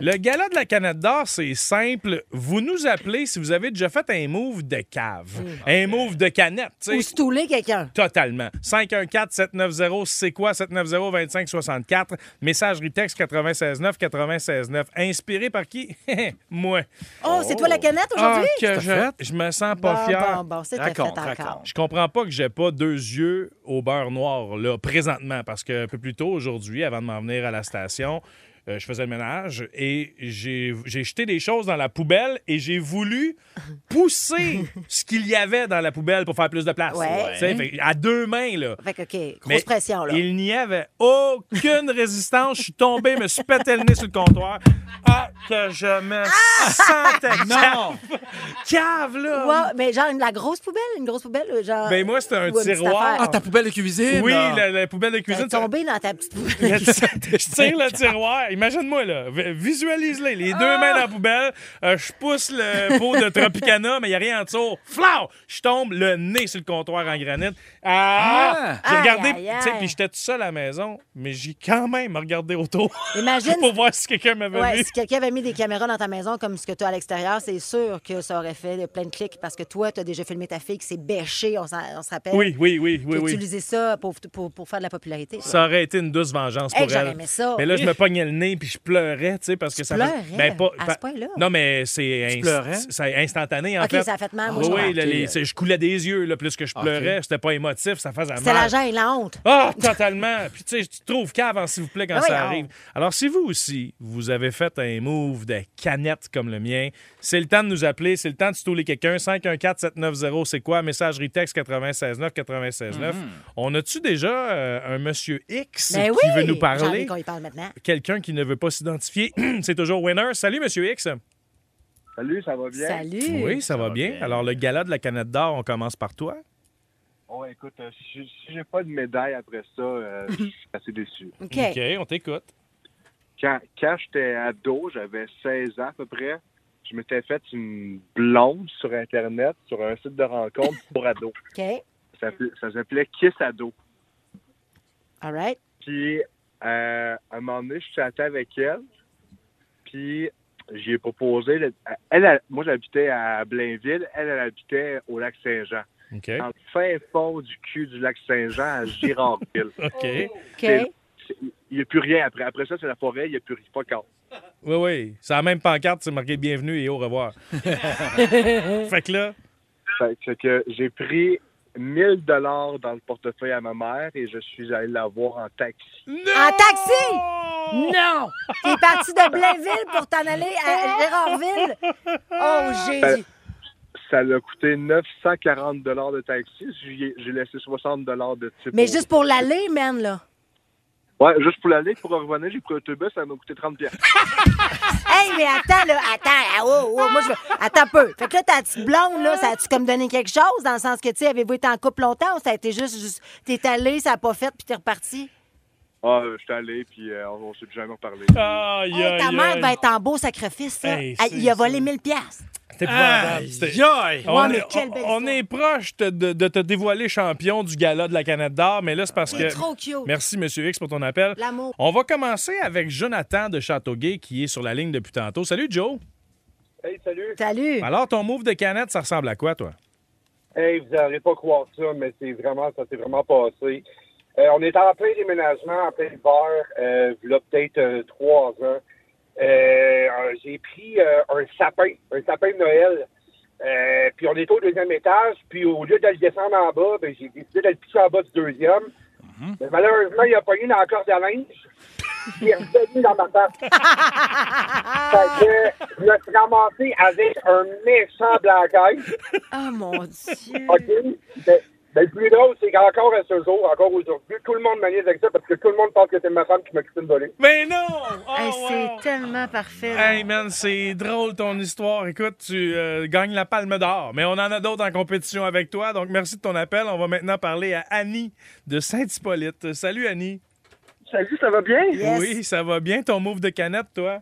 Speaker 2: Le gala de la Canette d'or, c'est simple. Vous nous appelez si vous avez déjà fait un move de cave. Un move de canette, tu
Speaker 4: Mm. Ou
Speaker 2: sais.
Speaker 4: stouler quelqu'un.
Speaker 2: Totalement. 514-790, c'est quoi? 790-2564. Messagerie texte 969 969. Inspiré par qui? (laughs) Moi.
Speaker 4: Oh, c'est toi la canette aujourd'hui?
Speaker 2: Ah, que je, je me sens pas
Speaker 4: bon,
Speaker 2: fier.
Speaker 4: bon, bon, c'était fait
Speaker 3: Raconte,
Speaker 4: encore.
Speaker 3: raconte.
Speaker 2: Je comprends pas que j'ai pas deux yeux au beurre noir, là, présentement, parce que un peu plus tôt aujourd'hui, avant de m'en venir à la station, euh, je faisais le ménage et j'ai j'ai jeté des choses dans la poubelle et j'ai voulu
Speaker 4: (laughs)
Speaker 2: pousser ce qu'il y avait dans la poubelle pour faire plus de place.
Speaker 4: Ouais.
Speaker 2: Tu sais, fait que à deux mains, là.
Speaker 4: Fait que, OK, grosse
Speaker 2: Mais
Speaker 4: pression, là.
Speaker 2: Il n'y avait aucune (laughs) résistance. Je suis tombé, me suis pété le nez sur le comptoir. Ah, que je me
Speaker 4: Ah!
Speaker 2: sentais
Speaker 3: Non!
Speaker 2: cave, là!
Speaker 4: Ouais, mais genre, une- la grosse poubelle? Une grosse poubelle? euh, Genre,
Speaker 2: Ben, moi, c'était un
Speaker 4: ou une petite
Speaker 2: tiroir.
Speaker 4: affaire. Ben,
Speaker 2: Ah,
Speaker 3: ta poubelle de cuisine.
Speaker 2: Oui,
Speaker 3: Ah.
Speaker 2: la, la poubelle de cuisine.
Speaker 4: T'es (laughs) tombé dans ta petite
Speaker 2: (laughs)
Speaker 4: poubelle.
Speaker 2: Je tire le tiroir. Imagine-moi, là. V- Visualise-les. Les deux mains dans la poubelle. Euh, je pousse le pot de Tropicana, mais il n'y a rien en dessous. Flau! Je tombe le nez sur le comptoir en granit. Ah!
Speaker 3: Ah!
Speaker 2: J'ai regardé.
Speaker 4: Aïe, aïe,
Speaker 2: tu sais,
Speaker 4: aïe.
Speaker 2: Puis j'étais tout seul à la maison, mais j'ai quand même regardé autour
Speaker 4: Imagine.
Speaker 2: (laughs) pour voir si quelqu'un m'avait
Speaker 4: Ouais,
Speaker 2: vu.
Speaker 4: si quelqu'un avait mis des caméras dans ta maison comme ce que tu as à l'extérieur, c'est sûr que ça aurait fait de plein de clics parce que toi, tu as déjà filmé ta fille qui s'est bêchée, on, s'en- on se rappelle.
Speaker 2: Oui, oui, oui, oui,
Speaker 4: Tu
Speaker 2: oui.
Speaker 4: utilisé ça pour, pour, pour faire de la popularité. toi.
Speaker 2: Ça aurait été une douce vengeance
Speaker 4: Hey,
Speaker 2: pour
Speaker 4: j'aurais
Speaker 2: elle.
Speaker 4: aimé ça. Hum.
Speaker 2: Mais là, je me pognais le nez puis je pleurais, tu sais, parce que ça
Speaker 4: pleurais
Speaker 2: Ben,
Speaker 4: à ce point-là?
Speaker 2: Non, mais c'est inst-
Speaker 3: pleurais?
Speaker 2: c'est instantané, en
Speaker 4: OK,
Speaker 2: fait.
Speaker 4: ça a fait mal, moi,
Speaker 2: Oui,
Speaker 4: je
Speaker 2: oui,
Speaker 4: comprends.
Speaker 2: là, les- c'est- je coulais des yeux, là, plus que je pleurais. C'était pas émotif, ça faisait mal.
Speaker 4: C'était la gêne, la honte.
Speaker 2: Ah, totalement. Puis tu sais, tu te trouves cave, hein, s'il vous plaît, quand
Speaker 4: Ben
Speaker 2: ça
Speaker 4: voyons.
Speaker 2: arrive. Alors, si vous aussi, vous avez fait un move de canette comme le mien, c'est le temps de nous appeler, c'est le temps de stouler quelqu'un. 514-790, c'est quoi? Messagerie texte 969 969. On a-tu déjà euh, un monsieur X
Speaker 4: Mm-hmm. Ben
Speaker 2: qui
Speaker 4: oui!
Speaker 2: veut nous
Speaker 4: J'ai envie
Speaker 2: parler?
Speaker 4: qu'on y parle maintenant.
Speaker 2: Quelqu'un qui ne veut pas s'identifier, (clears throat) c'est toujours winner. Salut, monsieur X.
Speaker 7: Salut, ça va bien?
Speaker 4: Salut.
Speaker 2: Oui, ça, va, bien. Alors, le gala de la Canette d'Or, on commence par toi.
Speaker 7: Oh, écoute, euh, si si j'ai pas de médaille après ça, euh, je suis assez déçu.
Speaker 4: (laughs) OK.
Speaker 2: on t'écoute.
Speaker 7: Quand, quand j'étais ado, j'avais 16 ans à peu près, je m'étais fait une blonde sur Internet, sur un site de rencontre pour ados.
Speaker 4: (laughs) OK.
Speaker 7: Ça, s'appelait- ça s'appelait Kiss Ado.
Speaker 4: All right.
Speaker 7: Puis, euh, à un moment donné, je chattais avec elle. Puis, j'ai proposé. le- Elle, elle- moi, j'habitais à Blainville. Elle, elle habitait au lac Saint-Jean.
Speaker 2: OK.
Speaker 7: En fin fond du cul du lac Saint-Jean à Girardville.
Speaker 2: (laughs)
Speaker 4: Oh.
Speaker 2: OK.
Speaker 4: OK.
Speaker 7: C'est- Il n'y a plus rien après. Après ça, c'est la forêt, il n'y a plus rien. Pas encore.
Speaker 2: Oui, oui. C'est la même pancarte, c'est marqué bienvenue et au
Speaker 3: (laughs)
Speaker 2: revoir. Oh. fait que là,
Speaker 7: Fait que- que j'ai pris 1000 dollars dans le portefeuille à ma mère et je suis allé la voir en taxi.
Speaker 4: En taxi! Non!
Speaker 8: (laughs)
Speaker 4: T'es parti de Blainville pour t'en aller à Gérardville? Oh,
Speaker 2: Ben,
Speaker 4: Jésus!
Speaker 7: Ça l'a coûté 940 dollars de taxi. J'y ai- J'ai laissé 60 dollars de type.
Speaker 4: Mais
Speaker 7: au-
Speaker 4: juste pour l'aller, man, là.
Speaker 7: Ouais, juste pour l'aller, pour revenir, j'ai pris l'autobus, ça m'a coûté 30 pièces.
Speaker 4: Hey, mais attends, là, attends. ah, oh, oh, moi, je veux... Attends un peu. Fait que là, ta petite blonde, là, ça a-tu comme donné quelque chose dans le sens que, tu sais, avez-vous été en couple longtemps ou ça a été juste, juste t'es allé, ça a pas fait, puis t'es reparti?
Speaker 7: Ah, euh, je suis allé, puis euh, on ne s'est plus jamais reparlé.
Speaker 2: aïe,
Speaker 4: Hey, Oh, ta mère va être en beau sacrifice, ça.
Speaker 2: euh, Hey,
Speaker 4: Elle-
Speaker 2: c'est-
Speaker 4: Il a volé 1000 piastres.
Speaker 2: C'était épouvantable.
Speaker 3: Aïe,
Speaker 2: C'était-
Speaker 3: aïe.
Speaker 2: On,
Speaker 4: mais
Speaker 2: est-
Speaker 4: quelle belle
Speaker 2: on est proche te- de, de te dévoiler champion du gala de la Canette d'Or, mais là, c'est parce
Speaker 4: C'est
Speaker 2: que.
Speaker 4: trop cute.
Speaker 2: Merci, Monsieur X, pour ton appel.
Speaker 4: L'amour.
Speaker 2: On va commencer avec Jonathan de Châteauguay, qui est sur la ligne depuis tantôt. Salut, Joe.
Speaker 7: Hey, salut!
Speaker 4: Salut.
Speaker 2: Alors, ton move de canette, ça ressemble à quoi, toi?
Speaker 7: Hey, vous n'aurez pas croire ça, mais c'est vraiment, ça s'est vraiment passé. Euh, on est en plein déménagement, en plein hiver, euh, il y a peut-être euh, trois ans. Euh, euh, j'ai pris euh, un sapin, un sapin de Noël. Euh, puis on était au deuxième étage, puis au lieu de le descendre en bas, ben, j'ai décidé de le pitcher en bas du deuxième. Mais malheureusement, il a pogné dans la corde à linge. Il est revenu dans ma tête. fait que je me suis ramassé avec un méchant blague
Speaker 8: Ah,
Speaker 7: (laughs)
Speaker 8: mon Dieu.
Speaker 7: OK. Mais, mais le plus drôle, c'est qu'encore à ce jour, encore aujourd'hui, tout le monde m'alise avec ça parce que tout le monde pense que c'est ma femme qui m'a quitté de voler.
Speaker 2: Mais non! Oh,
Speaker 8: Hey, c'est
Speaker 2: wow!
Speaker 8: tellement parfait. là.
Speaker 2: Hey man, c'est drôle ton histoire. Écoute, tu euh, gagnes la palme d'or, mais on en a d'autres en compétition avec toi. Donc merci de ton appel. On va maintenant parler à Annie de Saint-Hippolyte. Salut Annie.
Speaker 9: Salut, ça va bien?
Speaker 4: Yes.
Speaker 2: Oui, ça va bien ton move de canette, toi?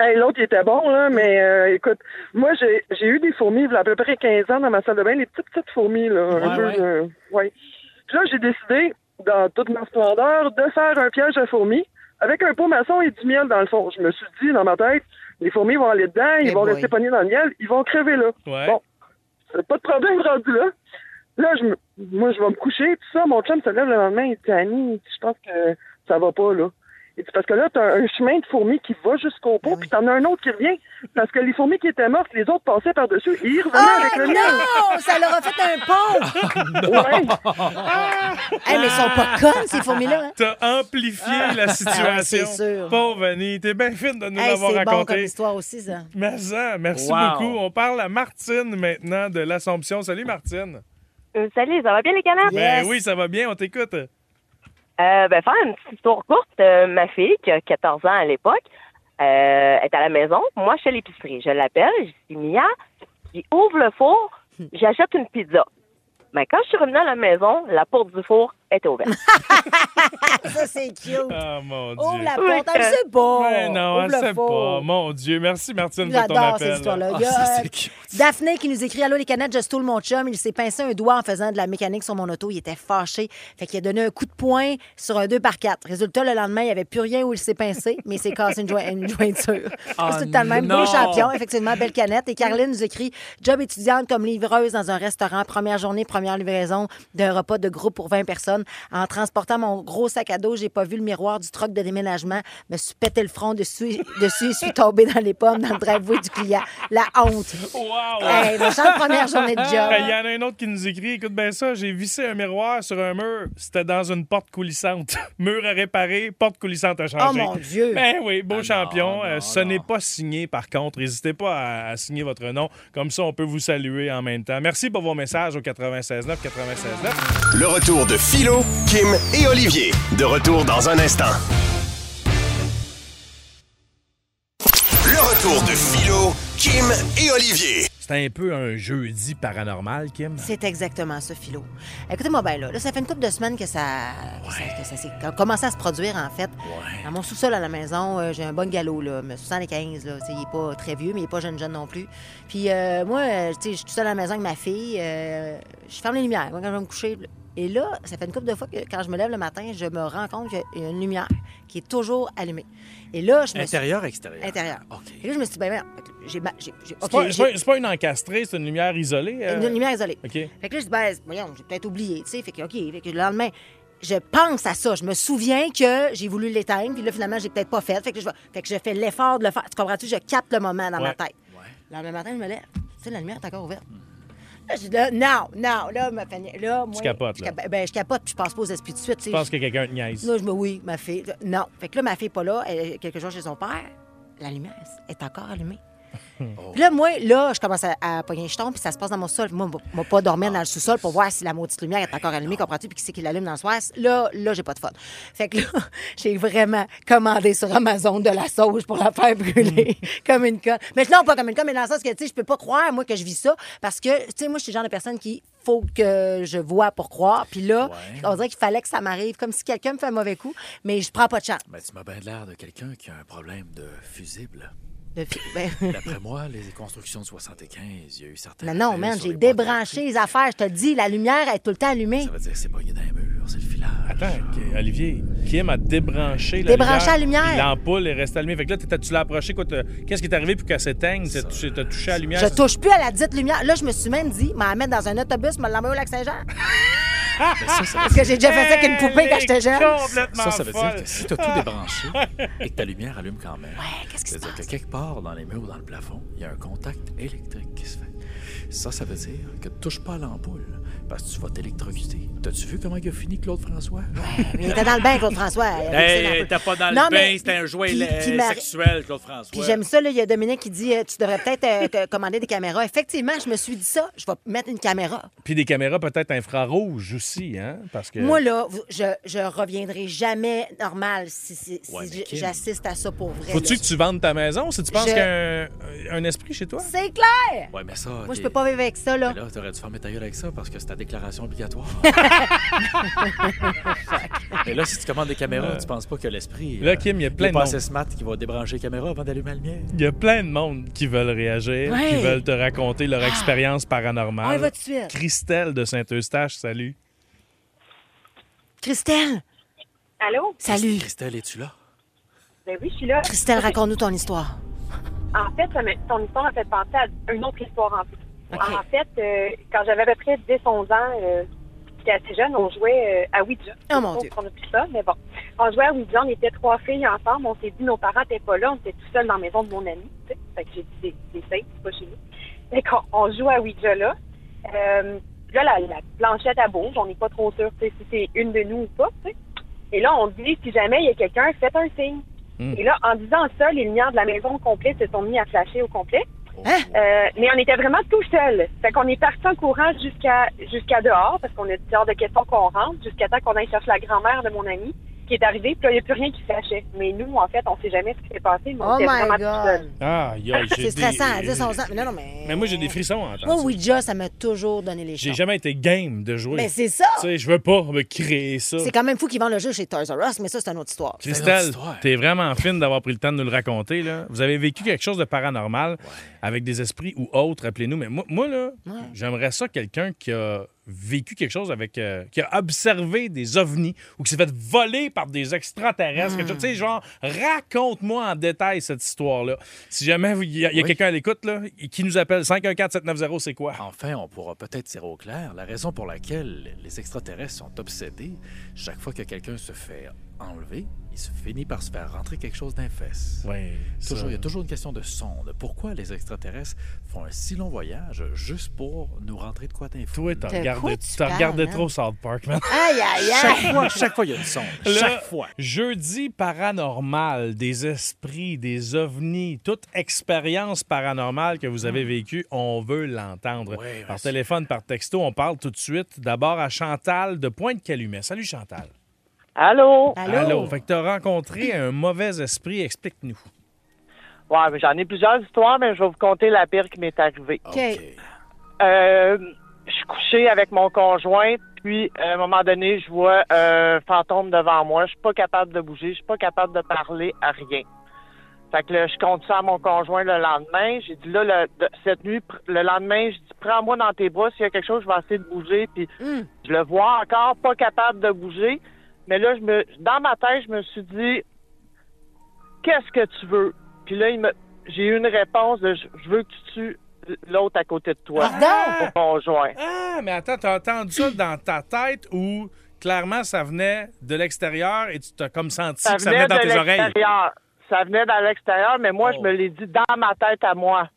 Speaker 9: Hey, L'autre, il était bon, là, mais euh, écoute, moi, j'ai j'ai eu des fourmis, il y a à peu près 15 ans dans ma salle de bain, les petites, petites fourmis, là. un peu,
Speaker 3: ouais.
Speaker 9: euh, ouais. Puis là, j'ai décidé, dans toute ma splendeur, de faire un piège à fourmis avec un pot maçon et du miel dans le fond. Je me suis dit, dans ma tête, les fourmis vont aller dedans, ils
Speaker 4: Eh
Speaker 9: vont
Speaker 4: boy.
Speaker 9: rester pognés dans le miel, ils vont crever, là.
Speaker 2: Ouais.
Speaker 9: Bon, c'est Euh, pas de problème rendu là. Là, je me- moi, je vais me coucher, tout ça. Mon chum se lève le lendemain, il dit Annie, il dit, je pense que ça va pas, là. Il dit, parce que là, t'as un chemin de fourmis qui va jusqu'au pot, puis t'en as un autre qui revient. Parce que les fourmis qui étaient mortes, les autres passaient par-dessus, et ils revenaient avec le miel.
Speaker 4: non! Ça leur a fait un pont!
Speaker 2: (laughs)
Speaker 9: Ouais.
Speaker 4: hey, mais ils sont pas connes, ces fourmis-là. hein? Ah.
Speaker 2: T'as amplifié la
Speaker 4: c'est
Speaker 2: situation.
Speaker 4: sûr.
Speaker 2: Pauvre Annie, t'es bien fine de nous
Speaker 4: Hey,
Speaker 2: l'avoir
Speaker 4: c'est bon comme
Speaker 2: raconté.
Speaker 4: histoire aussi, ça.
Speaker 2: merci, merci
Speaker 3: Wow.
Speaker 2: beaucoup. On parle à Martine maintenant de l'Assomption. Salut Martine.
Speaker 10: Euh, salut, ça va bien les canards?
Speaker 2: Ben
Speaker 4: Yes.
Speaker 2: oui, ça va bien, on t'écoute.
Speaker 10: Euh, ben, faire une petite tour courte. Euh, ma fille, qui a 14 ans à l'époque, euh, est à la maison. Moi, je suis à l'épicerie. Je l'appelle, je dis Mia, qui ouvre le four,
Speaker 4: Hmm.
Speaker 10: j'achète une pizza. Mais quand je suis revenue à la maison, la porte du four était ouverte.
Speaker 4: (laughs) Ça, c'est cute.
Speaker 2: Oh mon Dieu.
Speaker 4: Ouvre la
Speaker 10: Oui,
Speaker 4: porte, elle sait pas.
Speaker 2: Ben non,
Speaker 4: Ouvre
Speaker 2: elle
Speaker 4: le
Speaker 2: sait
Speaker 4: four.
Speaker 2: pas. Mon Dieu, merci Martine pour ton
Speaker 4: J'adore
Speaker 2: appel.
Speaker 4: cette histoire-là.
Speaker 3: Ah,
Speaker 4: Il y a,
Speaker 3: ça,
Speaker 4: euh,
Speaker 3: c'est cute.
Speaker 4: Daphné qui nous écrit Allô les canettes, je stole mon chum. Il s'est pincé un doigt en faisant de la mécanique sur mon auto. Il était fâché. Fait qu'il a donné un coup de poing sur un 2 par 4 Résultat, le lendemain, il n'y avait plus rien où il s'est pincé, mais il s'est cassé une, joint- une jointure. c'est tout le temps le même.
Speaker 3: non.
Speaker 4: Beau champion, effectivement, belle canette. Et Caroline nous écrit Job étudiante comme livreuse dans un restaurant. Première journée, première livraison d'un repas de groupe pour 20 personnes. En transportant mon gros sac à dos, j'ai pas vu le miroir du troc de déménagement. Me suis pété le front dessus, (laughs) dessus et suis tombée dans les pommes dans le driveway du client. La honte.
Speaker 2: Wow!
Speaker 4: Hey, méchante première journée de
Speaker 2: Ah, Il Ah, y
Speaker 4: job.
Speaker 2: en a un autre qui nous écrit, écoute bien ça, j'ai vissé un miroir sur un mur, c'était dans une porte coulissante. (laughs) mur à réparer, porte coulissante à
Speaker 4: Oh
Speaker 2: changer.
Speaker 4: mon Dieu.
Speaker 2: Ben oui, beau champion.
Speaker 3: Ah, non,
Speaker 2: Euh, ce
Speaker 3: non.
Speaker 2: n'est pas signé, par contre. N'hésitez pas à, à signer votre nom. Comme ça, on peut vous saluer en même temps. Merci pour vos messages au 96 9 96 9.
Speaker 1: Le retour de Philo, Kim et Olivier. De retour dans un instant. Le retour de Philo, Kim et Olivier.
Speaker 2: C'est un peu un jeudi paranormal, Kim.
Speaker 4: C'est exactement ça, Philo. Écoutez-moi bien, là, Là, ça fait une couple de semaines que ça, que ça- que ça s'est com- commencé à se produire, en fait. Dans mon sous-sol à la maison, euh, j'ai un bon galop, là, mais 75, là, Tu sais, il est pas très vieux, mais il est pas jeune jeune non plus. Puis euh, moi, euh, tu sais, je suis tout seul à la maison avec ma fille, euh, je ferme les lumières, moi, quand je vais me coucher. Et là, ça fait une couple de fois que quand je me lève le matin, je me rends compte qu'il y a une lumière qui est toujours allumée. Et là, je me suis...
Speaker 3: Intérieur, extérieur.
Speaker 4: Intérieur.
Speaker 3: OK.
Speaker 4: Et là, je me suis dit, ben merde, j'ai... ma- j'ai- j'ai-
Speaker 2: C'est
Speaker 4: ok,
Speaker 2: pas- c'est
Speaker 4: j'ai-
Speaker 2: pas, c'est pas une encastrée, c'est une lumière isolée. euh?
Speaker 4: une lumière isolée.
Speaker 2: OK.
Speaker 4: Fait que là, je dis, ben, voyons, j'ai peut-être oublié, tu sais. Fait que, OK, fait que le lendemain, je pense à ça. Je me souviens que j'ai voulu l'éteindre, puis là, finalement, j'ai peut-être pas fait. Fait que, je, vais- fait que je fais l'effort de le faire. Tu comprends-tu? Je capte le moment dans ma
Speaker 2: Ouais.
Speaker 4: tête. Le lendemain matin, je me lève. Tu sais, la lumière est encore ouverte. Là, je dis, là, non, non, là, ma famille, là, moi.
Speaker 2: capotes,
Speaker 4: je
Speaker 2: là.
Speaker 4: capa- ben, je capote, puis je passe pas aux esprits tout de suite, tu sais.
Speaker 2: Je pense que quelqu'un te niaise.
Speaker 4: Là, je me oui, ma fille. Non. Fait que là, ma fille est pas là. Elle est quelques jours chez son père. La lumière est encore allumée. Puis là, moi, là, je commence à, à pogner je tombe, puis ça se passe dans mon sol. Moi, je vais pas dormir dans le sous-sol pour voir si la maudite lumière est encore allumée, comprends-tu, puis qui c'est qui l'allume dans le soir. Là, là, j'ai pas de fun. Fait que là, (laughs) j'ai vraiment commandé sur Amazon de la sauge pour la faire brûler
Speaker 3: Mm.
Speaker 4: (laughs) comme une conne. Mais non, pas comme une conne, mais dans le sens que, tu sais, je peux pas croire, moi, que je vis ça, parce que, tu sais, moi, je suis le genre de personne qui faut que je vois pour croire. Puis là, on dirait qu'il fallait que ça m'arrive, comme si quelqu'un me fait un mauvais coup, mais je prends pas de chance.
Speaker 3: Mais tu m'as bien l'air de quelqu'un qui a un problème de fusible.
Speaker 4: De- ben,
Speaker 3: D'après moi, les constructions de 75, il y a eu certains.
Speaker 4: Mais non,
Speaker 3: appels
Speaker 4: man,
Speaker 3: sur
Speaker 4: j'ai
Speaker 3: les boîtes
Speaker 4: débranché
Speaker 3: électriques.
Speaker 4: les affaires. Je te dis, la lumière est tout le temps allumée.
Speaker 3: Ça veut dire que c'est pogné d'un mur, c'est le filage.
Speaker 2: Attends, ok, Olivier, Kim a débranché la
Speaker 4: Débranché la
Speaker 2: lumière.
Speaker 4: lumière.
Speaker 2: L'ampoule est restée allumée. Fait que là, t'étais- tu l'as approché. quoi, t'as- Qu'est-ce qui est arrivé pour qu'elle s'éteigne? T'as touché, t'as touché à la lumière?
Speaker 3: (laughs)
Speaker 4: Je touche plus à la dite lumière. Là, je me suis même dit, m'en mettre dans un autobus, me l'envoyer au lac Saint-Jean. Parce que j'ai déjà fait ça avec une poupée quand j'étais jeune.
Speaker 3: Ça, ça veut dire que si t'as tout (laughs) débranché et que ta lumière allume quand même, qu'est-ce ça veut dire que quelque part dans les murs ou dans le plafond, il y a un contact électrique qui se fait. Ça, ça veut dire que touche pas à l'ampoule parce que tu vas t'électrocuter. T'as-tu vu comment il a fini Claude François?
Speaker 4: Il était dans le bain, Claude François. Il avait glissé dans le
Speaker 3: Hey,
Speaker 4: bain.
Speaker 3: t'as pas dans
Speaker 4: Non,
Speaker 3: le bain,
Speaker 4: mais-
Speaker 3: c'était un jouet
Speaker 4: puis-
Speaker 3: euh,
Speaker 4: puis Marie-
Speaker 3: sexuel, Claude François.
Speaker 4: Puis j'aime ça, là, il y a Dominique qui dit euh, Tu devrais peut-être euh, te commander des caméras. Effectivement, je me suis dit ça, je vais mettre une caméra.
Speaker 2: Puis des caméras peut-être infrarouges aussi, hein? Parce que...
Speaker 4: Moi, là, vous- je, je reviendrai jamais normal si, si- si
Speaker 2: Ouais, mais
Speaker 4: j-
Speaker 2: Kim.
Speaker 4: j'assiste à ça pour vrai.
Speaker 2: Faut-tu
Speaker 4: là.
Speaker 2: que tu vendes ta maison si tu penses
Speaker 4: Je-
Speaker 2: qu'un un esprit chez toi?
Speaker 4: C'est clair!
Speaker 3: Ouais, mais ça.
Speaker 4: Moi, je
Speaker 3: t'es-
Speaker 4: peux pas vivre avec ça, là.
Speaker 3: Mais là, t'aurais dû faire métal avec ça parce que c'est ta
Speaker 2: (laughs)
Speaker 3: déclaration obligatoire. Mais là, si tu commandes des caméras,
Speaker 2: Euh.
Speaker 3: tu penses pas que l'esprit. euh,
Speaker 2: Là, Kim, il y a plein de
Speaker 3: passé
Speaker 2: monde.
Speaker 3: smart qui va débrancher les caméras avant d'allumer la lumière.
Speaker 2: Il y a plein de monde qui veulent réagir,
Speaker 3: Ouais.
Speaker 2: qui veulent te raconter leur expérience paranormale.
Speaker 4: Ah. On y va tout de suite.
Speaker 2: Christelle de Saint-Eustache, salut.
Speaker 4: Christelle!
Speaker 11: Allô?
Speaker 4: Salut!
Speaker 3: Christelle, es-tu là?
Speaker 11: Ben oui, je suis là.
Speaker 4: Christelle, raconte-nous ton histoire.
Speaker 11: En fait, ça me- ton histoire m'a fait penser à une autre histoire en fait. En fait, euh, quand j'avais à peu près 10-11 ans, euh, j'étais assez jeune, on jouait euh, à Ouija.
Speaker 4: Oh, mon Dieu.
Speaker 11: On n'a plus ça, mais bon. On jouait à Ouija, on était trois filles ensemble. On s'est dit, nos parents n'étaient pas là, on était tout seuls dans la maison de mon ami. tu sais. Fait que j'ai dit, c'est- c'est safe, c'est pas chez nous. Et quand on joue à Ouija là, euh, là, la, la planchette à bouge, on n'est pas trop sûr tu sais, si c'est une de nous ou pas. tu sais. Et là, on dit, si jamais il y a quelqu'un, faites un signe.
Speaker 4: Hmm.
Speaker 12: Mm.
Speaker 11: Et là, en disant ça, les lumières de la maison au complet se sont mis à flasher au complet.
Speaker 4: Hein?
Speaker 11: Euh, mais on était vraiment tout seul. Fait qu'on est parti en courant jusqu'à jusqu'à dehors, parce qu'on a dit hors de question qu'on rentre, jusqu'à temps qu'on aille chercher la grand-mère de mon ami, qui est arrivée, puis là, il n'y a plus rien qui flashait. Mais nous, en fait, on sait jamais ce qui s'est passé, mais on
Speaker 4: Oh
Speaker 11: était
Speaker 4: my God.
Speaker 11: vraiment tout seul.
Speaker 2: Ah, yo, j'ai
Speaker 4: C'est stressant, à
Speaker 2: des-
Speaker 4: 10, 11 ans. Mais non, non, mais.
Speaker 2: Mais moi, j'ai des frissons en entendant
Speaker 4: Moi,
Speaker 2: ça.
Speaker 4: Ouija, ça m'a toujours donné les
Speaker 2: J'ai
Speaker 4: choses.
Speaker 2: jamais été game de jouer.
Speaker 4: Mais Ben, c'est ça!
Speaker 2: Tu sais, je veux pas me créer ça.
Speaker 4: C'est quand même fou qu'ils vendent le jeu chez Toys R Us, mais ça, c'est une autre histoire.
Speaker 2: Christelle, t'es vraiment fine d'avoir pris le temps de nous le raconter. Là. Vous avez vécu quelque chose de paranormal avec des esprits ou autres, appelez-nous. Mais moi, moi là, j'aimerais ça quelqu'un qui a vécu quelque chose avec... euh, qui a observé des ovnis ou qui s'est fait voler par des extraterrestres. quelque chose. Tu sais, genre, raconte-moi en détail cette histoire-là. Si jamais vous- il y a, il y a
Speaker 3: Oui.
Speaker 2: quelqu'un à l'écoute là, qui nous appelle 514-790, c'est quoi?
Speaker 3: Enfin, on pourra peut-être tirer au clair la raison pour laquelle les extraterrestres sont obsédés. Chaque fois que quelqu'un se fait enlever, il se finit par se faire rentrer quelque chose d'un fesse.
Speaker 2: Oui.
Speaker 3: Toujours, il y a toujours une question de sonde. Pourquoi les extraterrestres font un si long voyage juste pour nous rentrer de quoi d'info?
Speaker 2: Toi, t'as
Speaker 3: De quoi
Speaker 2: regardé,
Speaker 3: tu
Speaker 2: t'as
Speaker 3: parles,
Speaker 2: regardé
Speaker 3: hein?
Speaker 2: trop South Park, man.
Speaker 4: Aïe, aïe, aïe.
Speaker 3: Chaque fois, chaque fois, il y a une sonde.
Speaker 2: Là,
Speaker 3: Chaque fois.
Speaker 2: Jeudi paranormal, des esprits, des ovnis, toute expérience paranormale que vous avez vécue, on veut l'entendre. par téléphone, par texto, on parle tout de suite. D'abord à Chantal de Pointe-Calumet. Salut Chantal.
Speaker 13: Allô?
Speaker 2: Fait que t'as rencontré un mauvais esprit, explique-nous.
Speaker 13: Ouais, mais j'en ai plusieurs histoires, mais je vais vous conter la pire qui m'est arrivée.
Speaker 4: OK.
Speaker 13: Euh, je suis couché avec mon conjoint, puis euh, à un moment donné, je vois un fantôme devant moi. Je suis pas capable de bouger, je suis pas capable de parler à rien. Fait que là, je compte ça à mon conjoint le lendemain. J'ai dit là, le- de- cette nuit, pr- le lendemain, je dis prends-moi dans tes bras s'il y a quelque chose, je vais essayer de bouger. Puis je le vois encore pas capable de bouger. Mais là, je me, dans ma tête, je me suis dit qu'est-ce que tu veux? Puis là, il me- j'ai eu une réponse de je je veux que tu tues l'autre à côté de toi.
Speaker 2: Ah, Pardon?
Speaker 13: Mon conjoint.
Speaker 2: Ah, mais attends, t'as entendu ça dans ta tête ou clairement ça venait de l'extérieur et tu t'as comme senti que ça venait dans
Speaker 13: de
Speaker 2: tes oreilles? Oh.
Speaker 13: l'extérieur. Ça venait dans l'extérieur, mais moi, je me l'ai dit dans ma tête à moi.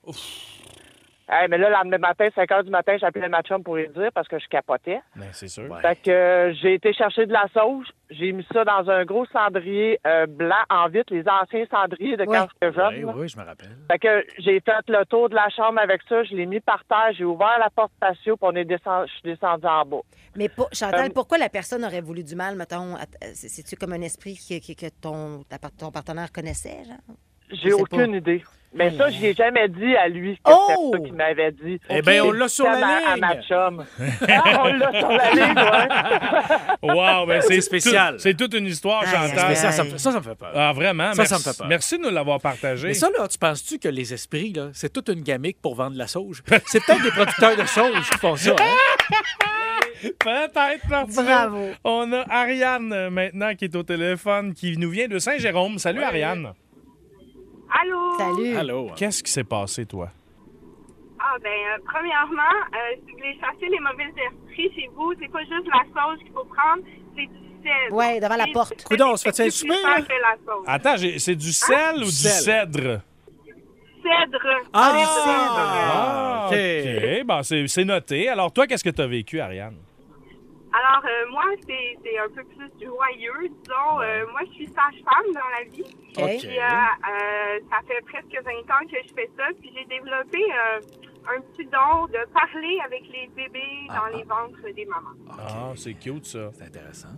Speaker 13: Hey, mais là, le lendemain matin, 5 heures du matin, j'appelais ma chum pour lui dire parce que je capotais.
Speaker 2: Ben, c'est sûr.
Speaker 13: Fait que euh, j'ai été chercher de la sauge. J'ai mis ça dans un gros cendrier euh, blanc en vitre, les anciens cendriers de quand j'étais jeune. là.
Speaker 3: Oui, je me rappelle.
Speaker 13: Fait que j'ai fait le tour de la chambre avec ça, je l'ai mis par terre, j'ai ouvert la porte patio, puis on est descendu, je suis descendu en bas.
Speaker 4: Mais pour- Chantal,
Speaker 13: Euh,
Speaker 4: pourquoi la personne aurait voulu du mal, mettons? à- à- c'est- C'est-tu comme un esprit qui- qui- que ton, ta par- ton partenaire connaissait, genre?
Speaker 13: J'ai
Speaker 4: Je sais
Speaker 13: aucune
Speaker 4: pas.
Speaker 13: idée. Mais ça, je l'ai jamais dit à lui que
Speaker 4: Oh!
Speaker 13: c'était ça qu'il m'avait dit.
Speaker 2: Eh ben, on l'a sur la
Speaker 13: J'ai dit ça à-
Speaker 2: ligne.
Speaker 13: À
Speaker 2: (laughs)
Speaker 13: ma chum. Ah, on l'a sur la ligne, ouais.
Speaker 2: Wow, ben c'est
Speaker 3: C'est spécial.
Speaker 2: tout- c'est toute une histoire,
Speaker 3: Aïe,
Speaker 2: Chantal.
Speaker 3: aïe, aïe. C'est spécial, ça me fait- ça, ça me fait peur.
Speaker 2: Ah, vraiment?
Speaker 3: Ça,
Speaker 2: merci,
Speaker 3: ça me fait peur.
Speaker 2: Merci de nous l'avoir partagé.
Speaker 3: Mais ça, là, tu penses-tu que les esprits, là, c'est toute une gamique pour vendre de
Speaker 2: (laughs)
Speaker 3: la sauge? C'est peut-être des producteurs de sauge qui font ça. (laughs) hein?
Speaker 2: hein? Peut-être, Martino.
Speaker 3: Bravo.
Speaker 2: On a Ariane euh, maintenant qui est au téléphone, qui nous vient de Saint-Jérôme. Salut, Ariane.
Speaker 14: Allô?
Speaker 2: Qu'est-ce qui s'est passé, toi?
Speaker 14: Ah,
Speaker 12: Ah, ben, euh, premièrement, euh, si vous voulez chasser les mauvais esprits chez vous, c'est pas juste la sauce qu'il faut prendre, c'est du sel.
Speaker 4: Ouais, devant la
Speaker 12: Et-
Speaker 4: porte.
Speaker 2: Coudon, se fait-il
Speaker 12: c'est
Speaker 2: souper, hein?
Speaker 12: plus
Speaker 2: là?
Speaker 12: fort que la sauce.
Speaker 2: Attends, j'ai- c'est du sel
Speaker 3: Ah,
Speaker 12: Hein?
Speaker 2: ou
Speaker 12: Du
Speaker 2: du
Speaker 12: sel.
Speaker 2: cèdre?
Speaker 12: Cèdre.
Speaker 4: Ah,
Speaker 2: Ah, OK. Bon, c'est c'est noté. Alors, toi, qu'est-ce que tu as vécu, Ariane?
Speaker 12: Alors, euh, moi, c'est c'est un peu plus joyeux, disons. Euh, moi, je suis sage-femme dans la vie.
Speaker 14: Ok.
Speaker 12: Puis, euh, euh, ça fait presque 20 ans que je fais ça. Puis, j'ai développé euh, un petit don de parler avec les bébés
Speaker 3: Ah,
Speaker 12: dans les ventres des mamans.
Speaker 2: Ah, c'est cute, ça. C'est intéressant.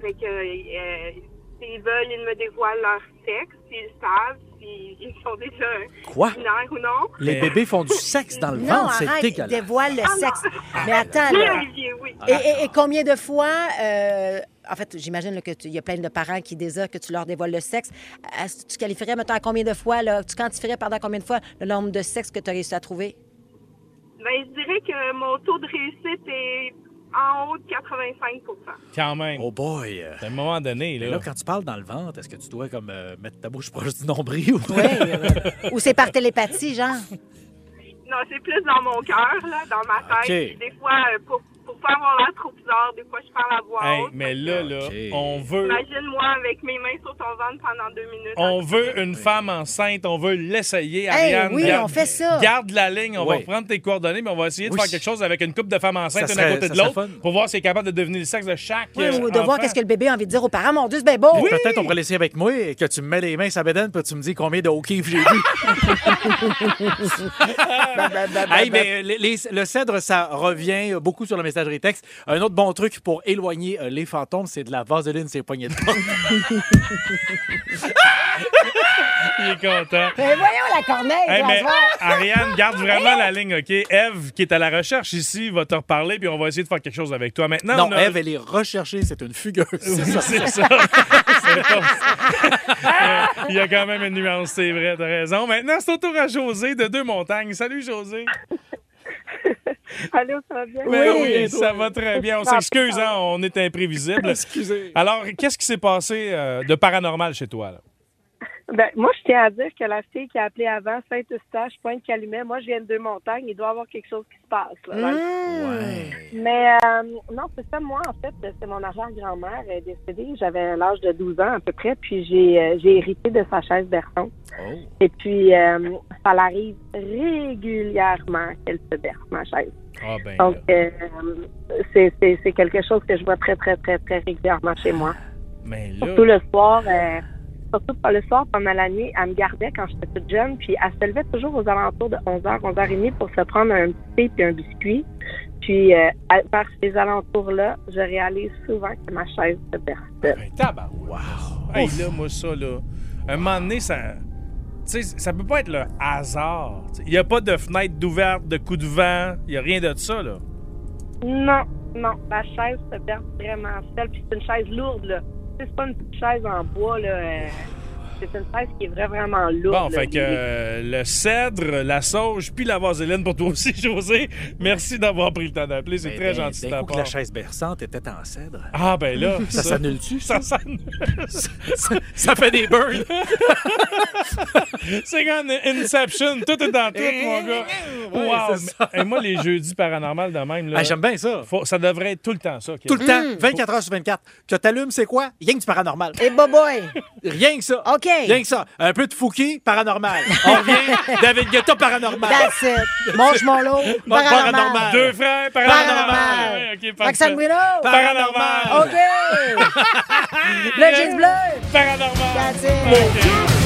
Speaker 12: Fait que, euh, s'ils veulent, ils me dévoilent leur sexe, s'ils le savent, s'ils ils sont déjà
Speaker 3: Quoi?
Speaker 12: binaires ou non.
Speaker 3: Les bébés font du sexe dans le
Speaker 4: Non,
Speaker 3: ventre, c'est
Speaker 4: arrête,
Speaker 3: dégueulasse.
Speaker 4: dévoile le
Speaker 12: Ah, non.
Speaker 4: sexe. Mais attends,
Speaker 12: Oui, (laughs)
Speaker 4: là.
Speaker 12: Olivier, oui.
Speaker 3: Ah,
Speaker 2: Ah,
Speaker 4: Et, et- et combien de fois, euh, en fait, j'imagine qu'il y a plein de parents qui désirent que tu leur dévoiles le sexe. Euh, Tu qualifierais, mettons, à combien de fois, là, tu quantifierais pendant combien de fois le nombre de sexes que tu as réussi à trouver?
Speaker 12: Ben, je dirais que mon taux de réussite est en haut de 85
Speaker 2: Quand même.
Speaker 3: Oh boy. À
Speaker 2: un moment donné, là.
Speaker 3: là, quand tu parles dans le ventre, est-ce que tu dois comme euh, mettre ta bouche proche du nombril ou (laughs)
Speaker 4: Ou c'est par télépathie,
Speaker 2: (laughs)
Speaker 4: genre?
Speaker 12: Non, c'est plus dans mon cœur, là, dans ma tête.
Speaker 2: Ok.
Speaker 12: Puis Des fois, euh, pour, pour pas avoir l'air trop bizarre, des fois, je parle à voix
Speaker 2: Hey,
Speaker 12: haute.
Speaker 2: mais là, là, on veut,
Speaker 12: Imagine-moi avec mes mains sur ton ventre pendant deux minutes.
Speaker 2: on veut une femme enceinte. On veut l'essayer,
Speaker 12: Hey,
Speaker 2: Ariane.
Speaker 12: oui,
Speaker 2: Garde-
Speaker 12: on fait ça.
Speaker 2: Garde la ligne. On va
Speaker 3: Oui.
Speaker 2: reprendre tes coordonnées, mais on va essayer de
Speaker 3: Oui.
Speaker 2: faire quelque chose avec une couple de femmes enceintes
Speaker 3: Ça
Speaker 2: une à
Speaker 3: serait-
Speaker 2: côté de
Speaker 3: ça serait
Speaker 2: l'autre pour voir si elle est capable de devenir le sexe de chaque.
Speaker 4: Oui,
Speaker 2: euh,
Speaker 4: ou de voir
Speaker 2: enfant.
Speaker 4: qu'est-ce que le bébé a envie de dire aux parents. Mon Dieu, c'est bien bon!
Speaker 3: Ou Peut-être on pourrait laisser avec moi et que tu me mets les mains sur la bédaine puis tu me dis combien de
Speaker 2: (laughs)
Speaker 3: hockey j'ai vu.
Speaker 2: Ben,
Speaker 3: Hey, mais, euh, les- les- le cèdre, ça revient euh, beaucoup sur la messagerie texte. Un autre bon truc pour éloigner euh, les fantômes, c'est de la vaseline, c'est poignées de porte.
Speaker 2: Il est content.
Speaker 4: Mais voyons la corneille,
Speaker 2: Hey,
Speaker 4: on va
Speaker 2: mais
Speaker 4: se voir. (laughs)
Speaker 2: Ariane, garde vraiment la ligne, OK? Eve, qui est à la recherche ici, va te reparler, puis on va essayer de faire quelque chose avec toi. Maintenant,
Speaker 3: Non,
Speaker 2: on a-
Speaker 3: Ève, elle est recherchée, c'est une fugueuse.
Speaker 2: Oui, c'est ça. (laughs) Euh, Il y a quand même une nuance, c'est vrai, t'as raison. Maintenant, c'est au tour à José de Deux-Montagnes. Salut, José.
Speaker 15: Allô, ça va bien?
Speaker 2: Mais oui, ça va très bien.
Speaker 3: (laughs)
Speaker 2: On s'excuse, hein, on est imprévisible.
Speaker 15: Excusez.
Speaker 2: Alors, qu'est-ce qui s'est passé euh, de paranormal chez toi? là?
Speaker 15: Ben, moi, je tiens à dire que la fille qui a appelé avant, Saint-Eustache, Pointe-Calumet, moi, je viens de Deux-Montagnes, il doit y avoir quelque chose qui se passe. là, dans le Mais euh, non, c'est ça, moi, en fait, c'est mon arrière-grand-mère elle est décédée. J'avais l'âge de 12 ans à peu près, puis j'ai euh, j'ai hérité de sa chaise berçon. Et puis, euh, ça arrive régulièrement qu'elle se berce, ma chaise.
Speaker 2: Ah, ben.
Speaker 15: Donc, euh, c'est- c'est c'est quelque chose que je vois très, très, très, très régulièrement chez moi.
Speaker 2: Mais là.
Speaker 15: Surtout le soir, euh, surtout pas le soir pendant la nuit, elle me gardait quand j'étais toute jeune, puis elle se levait toujours aux alentours de 11h, 11h30 pour se prendre un petit thé puis un biscuit. Puis, euh, à- par ces alentours-là, je réalise souvent que ma chaise se
Speaker 2: Ben,
Speaker 15: berce.
Speaker 2: Tabar. Wow. Hey, là, moi, ça, là. Un moment donné, ça. Tu sais, ça peut pas être le hasard. Il n'y a pas de fenêtre d'ouverte, de coup de vent. Il n'y a rien de ça, là.
Speaker 15: Non, non, ma chaise se berce vraiment seule, puis c'est une chaise lourde, là. Tu sais, C'est pas une petite chaise en bois, là. euh, c'est une chaise qui est vra- vraiment lourde.
Speaker 2: Bon,
Speaker 15: là,
Speaker 2: fait que
Speaker 15: puis-
Speaker 2: euh, le cèdre, la sauge, puis la vaseline pour toi aussi, (laughs) José. Merci d'avoir pris le temps d'appeler. C'est
Speaker 3: Ben,
Speaker 2: très
Speaker 3: ben,
Speaker 2: gentil de
Speaker 3: d'un
Speaker 2: ta
Speaker 3: coup que la
Speaker 2: part.
Speaker 3: chaise berçante était en cèdre.
Speaker 2: (laughs) Ah, ben là.
Speaker 3: ça s'annule-tu?
Speaker 2: Ça s'annule. ça,
Speaker 3: ça fait des burns.
Speaker 2: c'est comme Inception. Tout est dans tout, mon gars.
Speaker 3: (laughs) Ouais,
Speaker 2: wow.
Speaker 3: c'est ça.
Speaker 2: mais- hey, moi, les jeudis paranormal de même, là.
Speaker 3: Ah, j'aime bien ça.
Speaker 2: faut- ça devrait être tout le temps, ça.
Speaker 3: Tout le
Speaker 4: Mm.
Speaker 3: temps, 24 heures sur 24. Que t'allumes, c'est quoi? Rien que du paranormal.
Speaker 4: Et boboy!
Speaker 3: (laughs) Rien que ça.
Speaker 4: OK.
Speaker 3: Rien que ça. Un peu de Fouki, paranormal. On revient, David Guetta, paranormal.
Speaker 4: That's it. Mange mon lot,
Speaker 3: Bon,
Speaker 4: paranormal.
Speaker 2: Deux frères, paranormal. Ouais, ok, parfait.
Speaker 4: Roxane Bruno.
Speaker 2: Paranormal. (laughs)
Speaker 4: OK. Le jeans bleu.
Speaker 2: Paranormal.
Speaker 4: That's it.